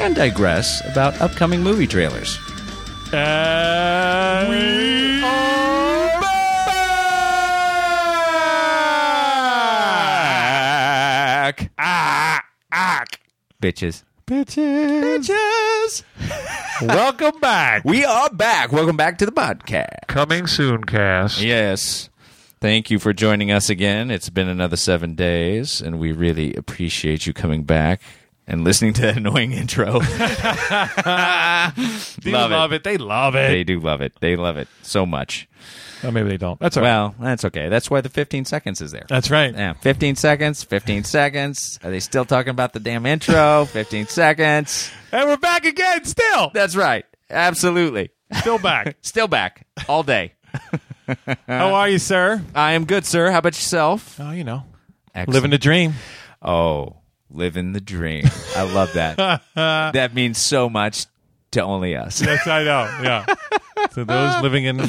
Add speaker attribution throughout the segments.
Speaker 1: and digress about upcoming movie trailers.
Speaker 2: And we are
Speaker 1: Back! Ah, ah. Bitches.
Speaker 2: bitches.
Speaker 1: Bitches!
Speaker 2: Welcome back.
Speaker 1: We are back. Welcome back to the podcast.
Speaker 2: Coming Soon cast.
Speaker 1: Yes. Thank you for joining us again. It's been another seven days, and we really appreciate you coming back and listening to that annoying intro.
Speaker 2: They love, it. They love it.
Speaker 1: They do love it. They love it so much.
Speaker 2: oh, maybe they don't. That's all right.
Speaker 1: Well, eh. that's okay. That's why the 15 seconds is there.
Speaker 2: That's right.
Speaker 1: Yeah, 15 seconds, 15 seconds. Are they still talking about the damn intro? 15 seconds.
Speaker 2: and we're back again, still.
Speaker 1: That's right. Absolutely.
Speaker 2: Still back.
Speaker 1: Still back all day. Uh,
Speaker 2: How are you, sir?
Speaker 1: I am good, sir. How about yourself?
Speaker 2: Oh, you know,
Speaker 1: Excellent.
Speaker 2: living the dream.
Speaker 1: Oh, living the dream. I love that. that means so much to only us.
Speaker 2: Yes, I know. Yeah. to those living in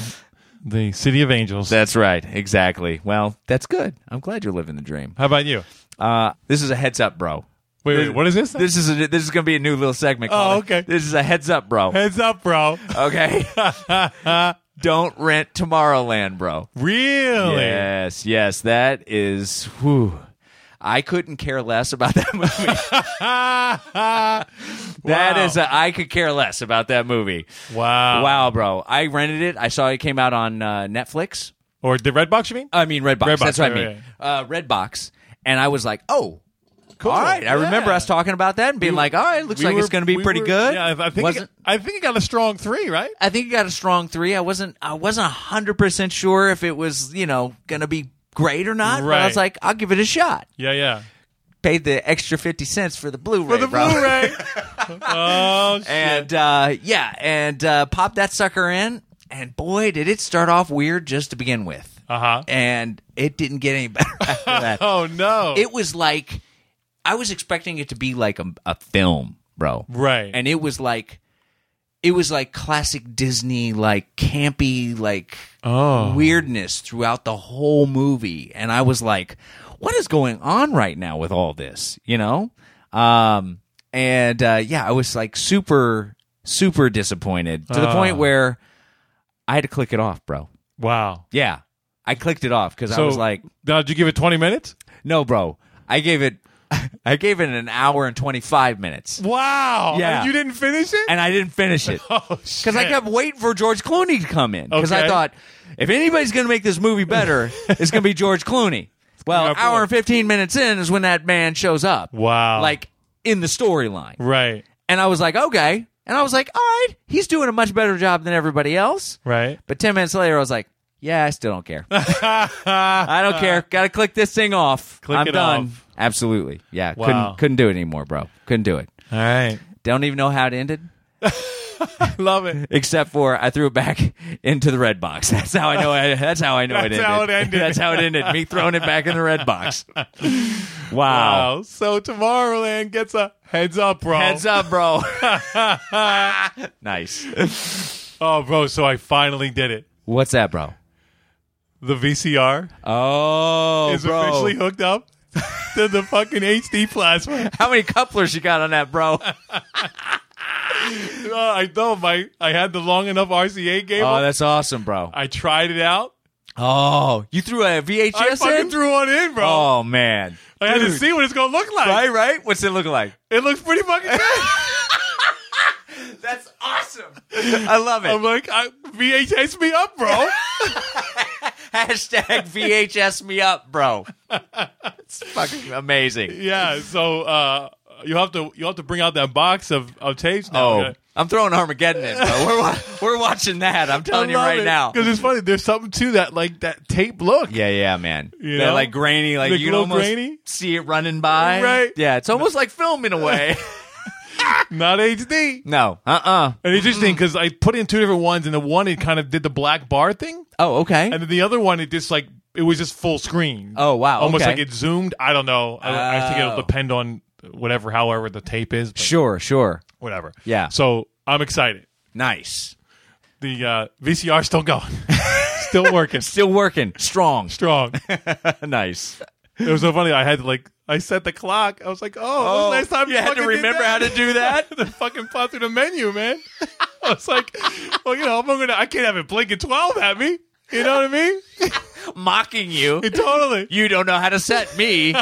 Speaker 2: the city of angels.
Speaker 1: That's right. Exactly. Well, that's good. I'm glad you're living the dream.
Speaker 2: How about you?
Speaker 1: Uh, this is a heads up, bro.
Speaker 2: Wait, wait, what is this?
Speaker 1: This is a, this is going to be a new little segment.
Speaker 2: Oh,
Speaker 1: Colin.
Speaker 2: okay.
Speaker 1: This is a heads up, bro.
Speaker 2: Heads up, bro.
Speaker 1: Okay. Don't rent Tomorrowland, bro.
Speaker 2: Really?
Speaker 1: Yes, yes, that is. Whew. I couldn't care less about that movie. That is, a, I could care less about that movie.
Speaker 2: wow.
Speaker 1: Wow, bro! I rented it. I saw it came out on uh, Netflix.
Speaker 2: Or the red box, you mean?
Speaker 1: I mean, Redbox.
Speaker 2: Redbox,
Speaker 1: that's what I
Speaker 2: right,
Speaker 1: mean. Uh, Redbox, and I was like, oh. Cool. All right, I remember
Speaker 2: yeah.
Speaker 1: us talking about that and being like, "All right, looks
Speaker 2: We
Speaker 1: like it's
Speaker 2: were-
Speaker 1: going to be
Speaker 2: we
Speaker 1: pretty
Speaker 2: were-
Speaker 1: good."
Speaker 2: Yeah, I- I think,
Speaker 1: Wasn't-
Speaker 2: it, I think it got a strong three, right?
Speaker 1: I think it got a strong three. I wasn't I wasn't hundred percent sure if it was you know gonna be great or not. But I
Speaker 2: Right.
Speaker 1: was like, I'll give it a shot.
Speaker 2: Yeah, yeah.
Speaker 1: Paid the extra fifty cents for the Blu-ray,
Speaker 2: For the
Speaker 1: bro.
Speaker 2: Blu-ray. oh, shit.
Speaker 1: and uh, yeah, and uh, pop that sucker in, and boy, did it start off weird just to begin with,
Speaker 2: Uh-huh.
Speaker 1: and it didn't get any better after that.
Speaker 2: Oh no.
Speaker 1: It was like I was expecting it to be like a, a film, bro.
Speaker 2: Right.
Speaker 1: And it was like it was like classic Disney, like campy, like
Speaker 2: Oh.
Speaker 1: weirdness throughout the whole movie. And I was like, what is going on right now with all this? You know? Um and uh yeah, I was like super, super disappointed
Speaker 2: Oh.
Speaker 1: to the point where I had to click it off, bro.
Speaker 2: wow.
Speaker 1: Yeah. I clicked it off because
Speaker 2: So,
Speaker 1: I was like,
Speaker 2: now, did you give it 20 minutes?
Speaker 1: no, bro. I gave it I gave it an hour and 25 minutes.
Speaker 2: Wow.
Speaker 1: Yeah.
Speaker 2: And you didn't finish it?
Speaker 1: And I didn't finish it.
Speaker 2: oh shit.
Speaker 1: Cuz I kept waiting for George Clooney to come in cuz I
Speaker 2: Okay.
Speaker 1: thought if anybody's going to make this movie better, it's going to be George Clooney. Well,
Speaker 2: Yeah,
Speaker 1: an hour
Speaker 2: boy.
Speaker 1: and 15 minutes in is when that man shows up.
Speaker 2: Wow.
Speaker 1: Like in the storyline.
Speaker 2: Right.
Speaker 1: And I was like, "Okay." And I was like, "All right, he's doing a much better job than everybody else."
Speaker 2: Right.
Speaker 1: But 10 minutes later I was like, "Yeah, I still don't care." I don't care. Got to click this thing off.
Speaker 2: Click
Speaker 1: I'm
Speaker 2: it
Speaker 1: done.
Speaker 2: off.
Speaker 1: Absolutely. Yeah.
Speaker 2: Wow.
Speaker 1: Couldn't couldn't do it anymore, bro. Couldn't do it.
Speaker 2: All right.
Speaker 1: Don't even know how it ended,
Speaker 2: Love it.
Speaker 1: except for I threw it back into the red box. That's how I know. I, that's how I know it
Speaker 2: That's
Speaker 1: ended.
Speaker 2: how it ended.
Speaker 1: that's how it ended. Me throwing it back in the red box. Wow.
Speaker 2: Wow. So Tomorrowland gets a heads up, bro.
Speaker 1: Heads up, bro. nice.
Speaker 2: Oh, bro. So I finally did it.
Speaker 1: What's that, bro?
Speaker 2: The VCR
Speaker 1: Oh,
Speaker 2: is
Speaker 1: bro.
Speaker 2: officially hooked up to the fucking HD plasma.
Speaker 1: how many couplers you got on that, bro?
Speaker 2: Oh, I know my I had the long enough RCA cable.
Speaker 1: Oh, that's awesome, bro.
Speaker 2: I tried it out.
Speaker 1: Oh, you threw a VHS
Speaker 2: I fucking
Speaker 1: in?
Speaker 2: threw one in, bro.
Speaker 1: oh man.
Speaker 2: I had to
Speaker 1: Dude.
Speaker 2: see what it's gonna look like.
Speaker 1: Right, right. What's it look like?
Speaker 2: It looks pretty fucking good.
Speaker 1: That's awesome. I love it.
Speaker 2: I'm like, I, VHS me up, bro.
Speaker 1: Hashtag VHS me up, bro. It's fucking amazing.
Speaker 2: yeah. So uh, you have to you have to bring out that box of of tapes now.
Speaker 1: Oh, I'm throwing Armageddon in, bro. We're, wa- we're watching that. I'm telling you right now.
Speaker 2: because it's funny. There's something to that, like that tape look.
Speaker 1: Yeah, yeah, man.
Speaker 2: You
Speaker 1: They're
Speaker 2: know?
Speaker 1: like grainy, like
Speaker 2: Like
Speaker 1: you can
Speaker 2: little
Speaker 1: almost
Speaker 2: grainy?
Speaker 1: see it running by.
Speaker 2: Right.
Speaker 1: Yeah, it's almost like film in a way.
Speaker 2: Not HD.
Speaker 1: No. Uh uh
Speaker 2: And it's interesting because I put in two different ones, and the one it kind of did the black bar thing,
Speaker 1: Oh, okay.
Speaker 2: and then the other one it just like it was just full screen.
Speaker 1: Oh, wow,
Speaker 2: Almost
Speaker 1: okay.
Speaker 2: like it zoomed. I don't know. I, I think
Speaker 1: Oh.
Speaker 2: it'll depend on whatever, however the tape is. but
Speaker 1: sure, sure.
Speaker 2: Whatever.
Speaker 1: Yeah.
Speaker 2: So I'm excited.
Speaker 1: Nice.
Speaker 2: The uh, VCR still going, still working,
Speaker 1: Still working. Strong.
Speaker 2: strong.
Speaker 1: nice.
Speaker 2: It was so funny. I had to like I set the clock. I was like, oh,
Speaker 1: Oh,
Speaker 2: when was the last time
Speaker 1: you had to
Speaker 2: fucking did
Speaker 1: remember
Speaker 2: that?
Speaker 1: how to do that?
Speaker 2: I had to fucking pop through the menu, man. I was like, well, you know, I'm gonna, I can't have it blinking twelve at me. You know what I mean?
Speaker 1: Mocking you.
Speaker 2: totally.
Speaker 1: You don't know how to set me.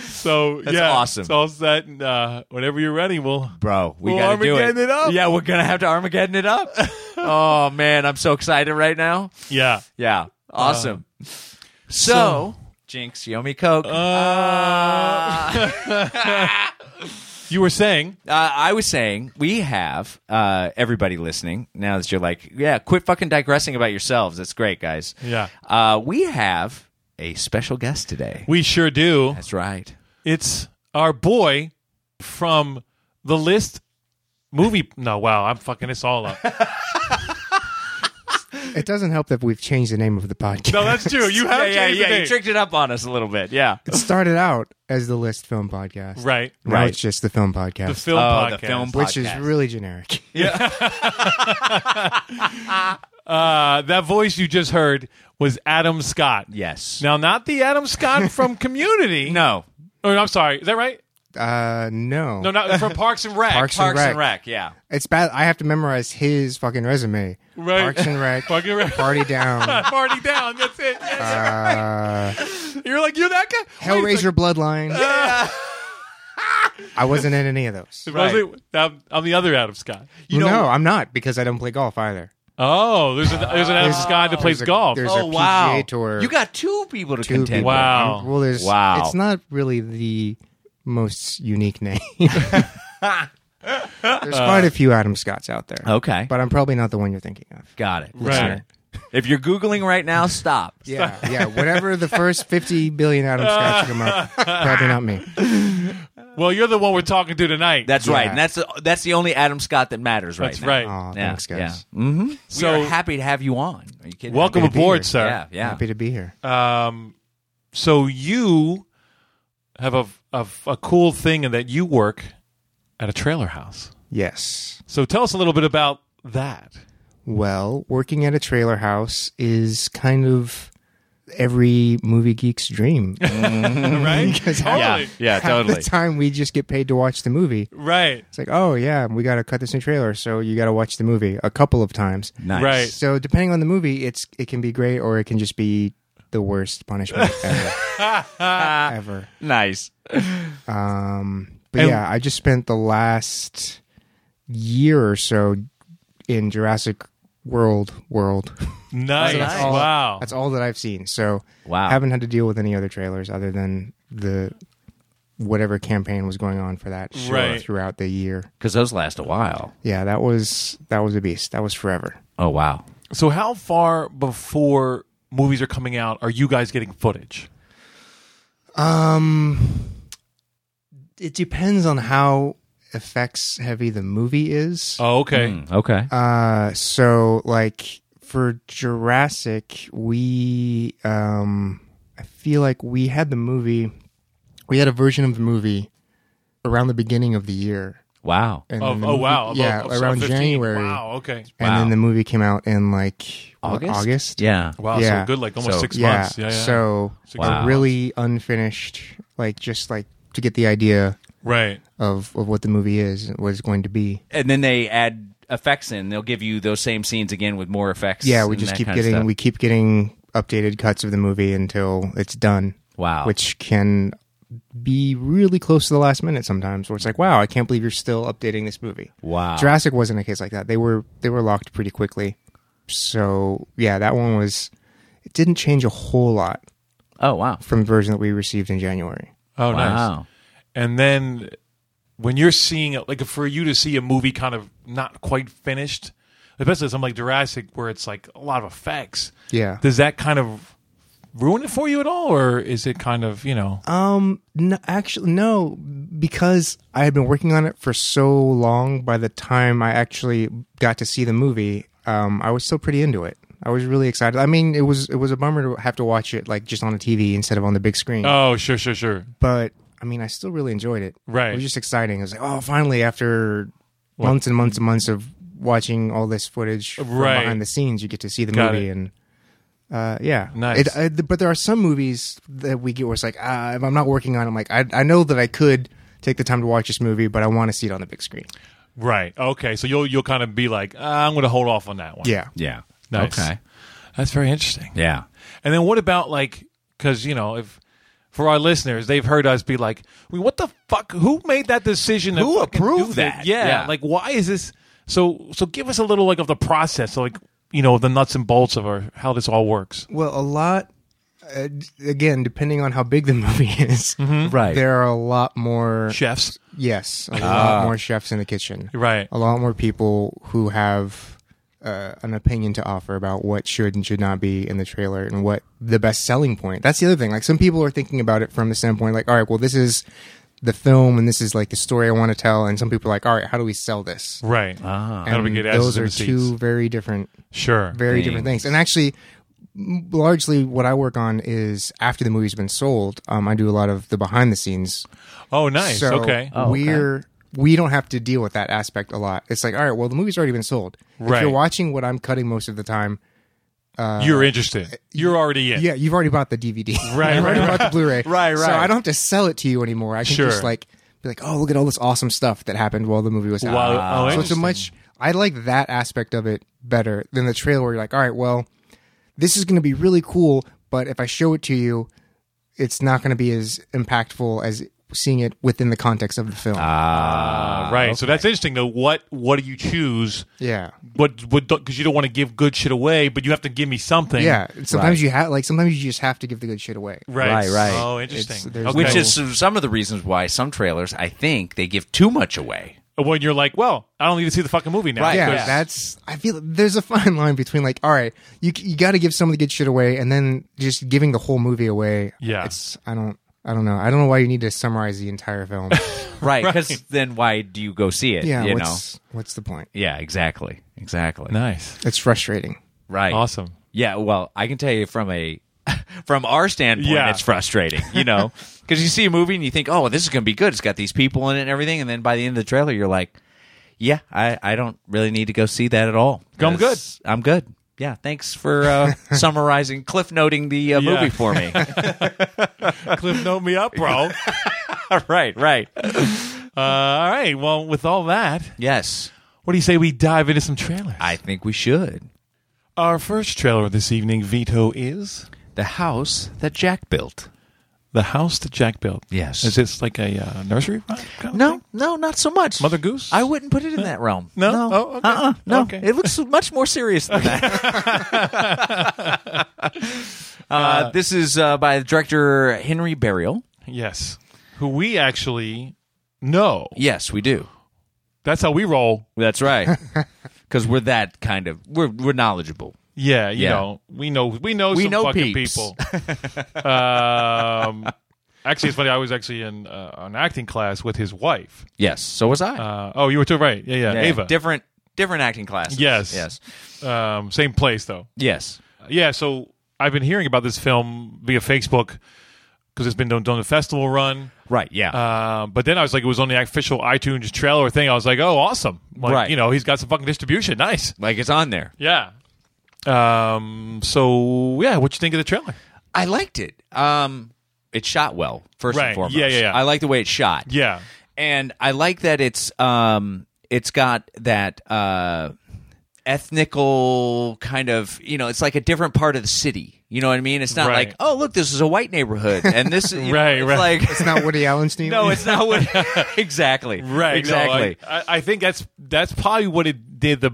Speaker 2: So yeah,
Speaker 1: awesome.
Speaker 2: It's all set. And, uh, whenever you're ready, we'll.
Speaker 1: Bro, we
Speaker 2: Well,
Speaker 1: gotta do it.
Speaker 2: Armageddon it up.
Speaker 1: Yeah, we're gonna have to Armageddon it up. oh man, I'm so excited right now.
Speaker 2: Yeah.
Speaker 1: Yeah. Awesome. Uh, so, Jinx, you owe me Coke.
Speaker 2: Uh, you were saying
Speaker 1: uh, I was saying we have uh, everybody listening now that you're like, yeah, quit fucking digressing about yourselves. That's great, guys.
Speaker 2: Yeah.
Speaker 1: uh, we have a special guest today.
Speaker 2: we sure do.
Speaker 1: That's right.
Speaker 2: It's our boy from the list movie. No, wow, I'm fucking this all up.
Speaker 3: It doesn't help that we've changed the name of the podcast.
Speaker 2: No, that's true. You have
Speaker 1: yeah, yeah,
Speaker 2: changed the
Speaker 1: yeah. You
Speaker 2: name.
Speaker 1: tricked it up on us a little bit. Yeah,
Speaker 3: It started out as the List Film Podcast.
Speaker 2: right.
Speaker 3: Now
Speaker 1: Right.
Speaker 3: it's just the Film Podcast,
Speaker 2: The film
Speaker 1: Oh,
Speaker 2: podcast.
Speaker 1: the film
Speaker 3: which is
Speaker 1: podcast.
Speaker 3: really generic.
Speaker 2: Uh, that voice you just heard was Adam Scott.
Speaker 1: yes.
Speaker 2: Now, not the Adam Scott from Community.
Speaker 1: no.
Speaker 2: Oh, I'm sorry. Is that right?
Speaker 3: Uh, no.
Speaker 2: No, not from Parks and Rec.
Speaker 3: Parks and
Speaker 1: Parks and
Speaker 3: Rec.
Speaker 1: Rec. Yeah.
Speaker 3: It's bad. I have to memorize his fucking resume.
Speaker 2: Right.
Speaker 3: Parks and Rec.
Speaker 2: Parking Rec.
Speaker 3: Party Down.
Speaker 2: Party down. That's it. Yeah,
Speaker 3: Uh,
Speaker 2: yeah. You're like you're that guy. Wait
Speaker 3: Hellraiser Bloodline. I wasn't in any of those.
Speaker 2: a second. I was like, I'm, I'm the other Adam Scott.
Speaker 3: You no, I'm not because I don't play golf either.
Speaker 2: Oh, there's, a, there's an Adam Scott that plays
Speaker 3: There's a-
Speaker 2: golf.
Speaker 3: There's
Speaker 1: Oh
Speaker 3: a PGA
Speaker 1: wow.
Speaker 3: Tour.
Speaker 1: You got two people to
Speaker 3: Two
Speaker 1: contend.
Speaker 3: people.
Speaker 1: with.
Speaker 2: Wow.
Speaker 3: Um, Well, there's,
Speaker 1: Wow.
Speaker 3: It's not really the most unique name. there's quite a few Adam Scotts out there.
Speaker 1: Okay.
Speaker 3: But I'm probably not the one you're thinking of.
Speaker 1: Got it.
Speaker 2: Right.
Speaker 1: If you're googling right now, stop.
Speaker 3: Yeah, yeah. Whatever the first 50 billion Adam Scotts come up, probably not me.
Speaker 2: Well, you're the one we're talking to tonight.
Speaker 1: That's
Speaker 3: Yeah.
Speaker 1: right. And that's the, that's the only Adam Scott that matters right
Speaker 2: That's
Speaker 1: now.
Speaker 2: right.
Speaker 3: Oh,
Speaker 1: Yeah,
Speaker 3: thanks, guys.
Speaker 1: Yeah. Mm-hmm. So
Speaker 2: So-
Speaker 1: we are happy to have you on. Are you kidding?
Speaker 2: Welcome
Speaker 3: Happy to be
Speaker 2: aboard,
Speaker 3: here.
Speaker 2: sir.
Speaker 1: Yeah, yeah.
Speaker 3: Happy to be here.
Speaker 2: Um, so you have a, a a cool thing in that you work at a trailer house.
Speaker 3: Yes.
Speaker 2: So tell us a little bit about that.
Speaker 3: Well, working at a trailer house is kind of every movie geek's dream.
Speaker 2: Right?
Speaker 1: yeah,
Speaker 2: totally.
Speaker 1: yeah,
Speaker 3: the
Speaker 1: totally.
Speaker 3: time we just get paid to watch the movie.
Speaker 2: Right.
Speaker 3: It's like, oh yeah, we got to cut this new trailer, so you got to watch the movie a couple of times.
Speaker 1: Nice.
Speaker 2: Right.
Speaker 3: So depending on the movie, it's it can be great or it can just be the worst punishment ever. ever.
Speaker 1: Nice.
Speaker 3: Um, but
Speaker 2: And-
Speaker 3: yeah, I just spent the last year or so in Jurassic World world.
Speaker 2: Nice.
Speaker 3: That's all-
Speaker 2: Wow.
Speaker 3: That's all that I've seen. So
Speaker 1: Wow.
Speaker 3: haven't had to deal with any other trailers other than the whatever campaign was going on for that show
Speaker 2: Right.
Speaker 3: throughout the year.
Speaker 1: Because those last a while.
Speaker 3: Yeah, that was that was a beast. That was forever.
Speaker 1: Oh wow.
Speaker 2: so how far before movies are coming out are you guys getting footage?
Speaker 3: Um, it depends on how effects heavy the movie is.
Speaker 2: Oh, okay.
Speaker 1: Okay.
Speaker 3: Uh, so like for Jurassic, we um, I feel like we had the movie, we had a version of the movie around the beginning of the year.
Speaker 1: wow.
Speaker 3: And
Speaker 2: Oh,
Speaker 3: then the
Speaker 2: oh
Speaker 3: movie-
Speaker 2: wow.
Speaker 3: Mm. yeah,
Speaker 2: About-
Speaker 3: around
Speaker 2: 15.
Speaker 3: January,
Speaker 2: Wow, okay.
Speaker 3: and
Speaker 1: Wow.
Speaker 3: then the movie came out in like what,
Speaker 1: August.
Speaker 3: August,
Speaker 1: Yeah.
Speaker 2: Wow,
Speaker 3: Yeah.
Speaker 2: so good like almost
Speaker 1: So-
Speaker 2: 6
Speaker 3: yeah.
Speaker 2: months. Yeah, yeah.
Speaker 3: So
Speaker 2: Six
Speaker 1: Wow.
Speaker 3: a really unfinished, like just like to get the idea
Speaker 2: right.
Speaker 3: of of what the movie is, what it's going to be.
Speaker 1: And then they add effects in. They'll give you those same scenes again with more effects.
Speaker 3: Yeah, we
Speaker 1: and
Speaker 3: just
Speaker 1: that
Speaker 3: keep
Speaker 1: kind of
Speaker 3: getting
Speaker 1: stuff.
Speaker 3: we keep getting updated cuts of the movie until it's done.
Speaker 1: Wow.
Speaker 3: Which can be really close to the last minute sometimes where it's like, wow, I can't believe you're still updating this movie.
Speaker 1: Wow.
Speaker 3: Jurassic wasn't a case like that. They were they were locked pretty quickly. So yeah, that one was it didn't change a whole lot
Speaker 1: oh wow.
Speaker 3: from the version that we received in January.
Speaker 2: Oh, nice.
Speaker 1: wow.
Speaker 2: and then when you're seeing it like for you to see a movie kind of not quite finished especially something like jurassic where it's like a lot of effects
Speaker 3: Yeah.
Speaker 2: does that kind of ruin it for you at all, or is it kind of you know?
Speaker 3: Um, no, actually, no, because I had been working on it for so long. By the time I actually got to see the movie, um, I was still pretty into it. I was really excited. I mean, it was it was a bummer to have to watch it like just on the TV instead of on the big screen.
Speaker 2: oh, sure, sure, sure.
Speaker 3: but I mean, I still really enjoyed it.
Speaker 2: Right.
Speaker 3: it was just exciting. It was like, oh, finally, after months and months and months of watching all this footage from
Speaker 2: Right.
Speaker 3: behind the scenes, you get to see the
Speaker 2: Got
Speaker 3: movie
Speaker 2: it.
Speaker 3: and. Uh, yeah,
Speaker 2: Nice.
Speaker 3: It, I, but there are some movies that we get where it's like, ah, if I'm not working on, it, I'm like, I, I know that I could take the time to watch this movie, but I want to see it on the big screen.
Speaker 2: Right. Okay. So you'll you'll kind of be like, ah, I'm going to hold off on that one.
Speaker 3: Yeah,
Speaker 1: Yeah.
Speaker 2: Nice.
Speaker 1: Okay.
Speaker 2: That's very interesting.
Speaker 1: Yeah.
Speaker 2: And then what about like because you know if for our listeners they've heard us be like, I mean, what the fuck? Who made that decision? to
Speaker 1: Who
Speaker 2: fucking
Speaker 1: approved
Speaker 2: do
Speaker 1: that?
Speaker 2: Yeah,
Speaker 1: Yeah.
Speaker 2: Like why is this? So so give us a little like of the process, so, like you know the nuts and bolts of our, how this all works.
Speaker 3: Well, a lot. Uh, d- again, depending on how big the movie is,
Speaker 2: Mm-hmm.
Speaker 1: Right.
Speaker 3: There are a lot more
Speaker 2: Chefs.
Speaker 3: Yes, a lot more chefs in the kitchen.
Speaker 2: Right.
Speaker 3: A lot more people who have uh, an opinion to offer about what should and should not be in the trailer and what the best selling point. That's the other thing. Like some people are thinking about it from the standpoint like, all right, well, this is the film and this is like the story I want to tell. And some people are like, all right, how do we sell this?
Speaker 2: Right. Ah. How do we
Speaker 3: And
Speaker 2: get asses
Speaker 3: those
Speaker 2: in
Speaker 3: are
Speaker 2: the seats?
Speaker 3: two very different
Speaker 2: Sure.
Speaker 3: very different things. And actually, m- largely what I work on is after the movie's been sold, um, I do a lot of the behind the scenes
Speaker 2: oh, nice.
Speaker 3: so uh,
Speaker 2: okay.
Speaker 3: We're we don't have to deal with that aspect a lot. It's like, all right, well, the movie's already been sold.
Speaker 2: Right.
Speaker 3: If you're watching what I'm cutting most of the time,
Speaker 2: You're interested. You're already in.
Speaker 3: yeah, you've already bought the DVD.
Speaker 2: Right,
Speaker 3: you've already
Speaker 2: right,
Speaker 3: bought the Blu-ray.
Speaker 1: Right,
Speaker 3: So
Speaker 1: right.
Speaker 3: I don't have to sell it to you anymore. I can
Speaker 2: Sure.
Speaker 3: just like be like, oh, look at all this awesome stuff that happened while the movie was out.
Speaker 2: Wow. Oh,
Speaker 3: so it's a
Speaker 2: interesting.
Speaker 3: much. I like that aspect of it better than the trailer where you're like, all right, well, this is going to be really cool, but if I show it to you, it's not going to be as impactful as seeing it within the context of the film.
Speaker 2: Uh, right. So that's interesting though. What What do you choose?
Speaker 3: yeah.
Speaker 2: What What? Because you don't want to give good shit away, but you have to give me something.
Speaker 3: Yeah, sometimes you have like sometimes you just have to give the good shit away.
Speaker 2: Right.
Speaker 1: Right, right.
Speaker 2: Oh,
Speaker 3: It's-
Speaker 2: interesting.
Speaker 3: there's
Speaker 2: Okay.
Speaker 1: Which
Speaker 3: no-
Speaker 1: is some of the reasons why some trailers, I think, they give too much away.
Speaker 2: when you're like, well, I don't need to see the fucking movie now.
Speaker 1: Right.
Speaker 3: Yeah,
Speaker 1: Yes.
Speaker 3: that's. I feel there's a fine line between like, all right, you you got to give some of the good shit away, and then just giving the whole movie away.
Speaker 2: Yeah.
Speaker 3: it's. I don't. I don't know. I don't know why you need to summarize the entire film.
Speaker 1: Right. Because then why do you go see it?
Speaker 3: yeah,
Speaker 1: You know?
Speaker 3: what's what's the point?
Speaker 1: Yeah, exactly. Exactly.
Speaker 2: Nice.
Speaker 3: It's frustrating.
Speaker 1: Right.
Speaker 2: Awesome.
Speaker 1: Yeah, well, I can tell you from a from our standpoint,
Speaker 2: Yeah.
Speaker 1: it's frustrating, you know, because you see a movie and you think, "Oh, this is going to be good. It's got these people in it and everything," and then by the end of the trailer, you're like, "Yeah, I, I don't really need to go see that at all.
Speaker 2: I'm good.
Speaker 1: 'Cause I'm good. Yeah, thanks for uh, summarizing, cliff noting the uh,
Speaker 2: Yeah.
Speaker 1: movie for me.
Speaker 2: Cliff, note me up, bro.
Speaker 1: right, right.
Speaker 2: Uh, all right. Well, with all that,
Speaker 1: Yes,
Speaker 2: what do you say we dive into some trailers?
Speaker 1: I think we should.
Speaker 2: Our first trailer this evening, Vito, is
Speaker 1: The house that Jack built.
Speaker 2: the house that Jack built.
Speaker 1: Yes.
Speaker 2: Is this like a uh, nursery rhyme kind of
Speaker 1: No,
Speaker 2: thing?
Speaker 1: no, not so much.
Speaker 2: Mother Goose?
Speaker 1: I wouldn't put it in that realm.
Speaker 2: No? Oh, okay.
Speaker 1: Uh-uh. No.
Speaker 2: Okay.
Speaker 1: It looks much more serious than that. uh, this is uh, by director Henry Burial.
Speaker 2: Yes. Who we actually know.
Speaker 1: Yes, we do.
Speaker 2: That's how we roll.
Speaker 1: That's right. Because we're that kind of we're we're knowledgeable.
Speaker 2: Yeah, you
Speaker 1: Yeah.
Speaker 2: know, we know we know
Speaker 1: We
Speaker 2: some
Speaker 1: know
Speaker 2: fucking
Speaker 1: peeps.
Speaker 2: people. um, actually, it's funny. I was actually in uh, an acting class with his wife.
Speaker 1: Yes. So was I.
Speaker 2: Uh, oh, you were too right. Yeah, yeah,
Speaker 1: Yeah,
Speaker 2: Ava.
Speaker 1: Different different acting classes.
Speaker 2: Yes.
Speaker 1: Yes.
Speaker 2: um, same place though.
Speaker 1: Yes.
Speaker 2: Yeah, so I've been hearing about this film via Facebook because it's been done on the festival run.
Speaker 1: Right. Yeah.
Speaker 2: Uh, but then I was like, it was on the official iTunes trailer thing. I was like, oh, awesome! Like,
Speaker 1: Right.
Speaker 2: You know, he's got some fucking distribution. Nice.
Speaker 1: like it's on there.
Speaker 2: Yeah. Um. So yeah, what you think of the trailer?
Speaker 1: I liked it. Um, it shot well. First
Speaker 2: Right.
Speaker 1: and foremost.
Speaker 2: Yeah, yeah, yeah.
Speaker 1: I like the way it shot.
Speaker 2: Yeah.
Speaker 1: and I like that it's um it's got that uh ethnical kind of you know it's like a different part of the city you know what I mean it's not
Speaker 2: Right.
Speaker 1: like oh look this is a white neighborhood and this you know,
Speaker 2: Right,
Speaker 1: it's
Speaker 2: right.
Speaker 1: like
Speaker 3: It's not Woody Allen's theme.
Speaker 1: no it's not what exactly
Speaker 2: Right. no,
Speaker 1: exactly
Speaker 2: I, I- I think that's that's probably what it did the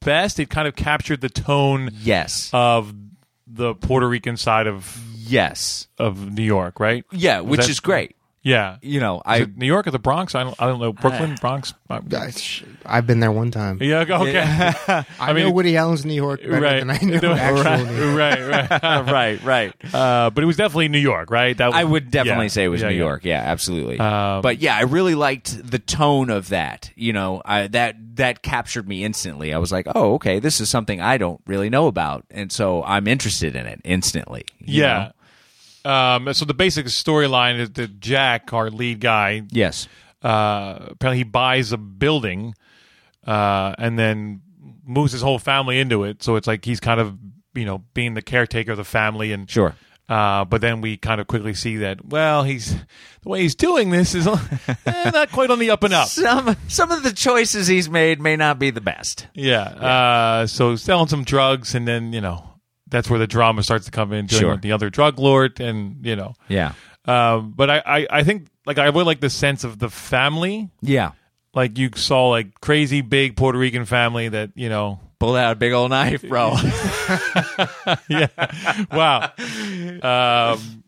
Speaker 2: best. It kind of captured the tone
Speaker 1: yes
Speaker 2: of the Puerto Rican side of
Speaker 1: yes
Speaker 2: of New York, right?
Speaker 1: yeah
Speaker 2: Was
Speaker 1: which
Speaker 2: that-
Speaker 1: is great
Speaker 2: Yeah.
Speaker 1: You know,
Speaker 2: Is
Speaker 1: I Ah.
Speaker 2: it New York or the Bronx? I don't, I don't know. Brooklyn, Bronx. I-
Speaker 3: I- sh- I've been there one time.
Speaker 2: yeah. Okay.
Speaker 3: I, know Woody Allen's New York better
Speaker 2: right.
Speaker 3: than I know actual New York.
Speaker 2: right. Right. Right.
Speaker 1: right, right.
Speaker 2: Uh, but it was definitely New York, right? That
Speaker 1: I would definitely
Speaker 2: yeah,
Speaker 1: say it was
Speaker 2: yeah,
Speaker 1: New
Speaker 2: yeah.
Speaker 1: York. Yeah, absolutely.
Speaker 2: Um,
Speaker 1: but yeah, I really liked the tone of that. You know, I, that that captured me instantly. I was like, oh, okay, this is something I don't really know about, and so I'm interested in it instantly. you
Speaker 2: Yeah.
Speaker 1: know?
Speaker 2: Um, so the basic storyline is that Jack, our lead guy,
Speaker 1: Yes.
Speaker 2: uh, apparently he buys a building uh, and then moves his whole family into it. So it's like he's kind of you know being the caretaker of the family and
Speaker 1: Sure.
Speaker 2: Uh, but then we kind of quickly see that well he's the way he's doing this is eh, not quite on the up and up.
Speaker 1: Some some of the choices he's made may not be the best.
Speaker 2: Yeah. Uh, so selling some drugs and then you know that's where the drama starts to come in dealing
Speaker 1: Sure.
Speaker 2: with the other drug lord and you know.
Speaker 1: Yeah.
Speaker 2: Um, but I, I, I think like I really like the sense of the family.
Speaker 1: Yeah.
Speaker 2: Like you saw like crazy big Puerto Rican family that you know.
Speaker 1: Pull out a big old knife, bro.
Speaker 2: Wow. um,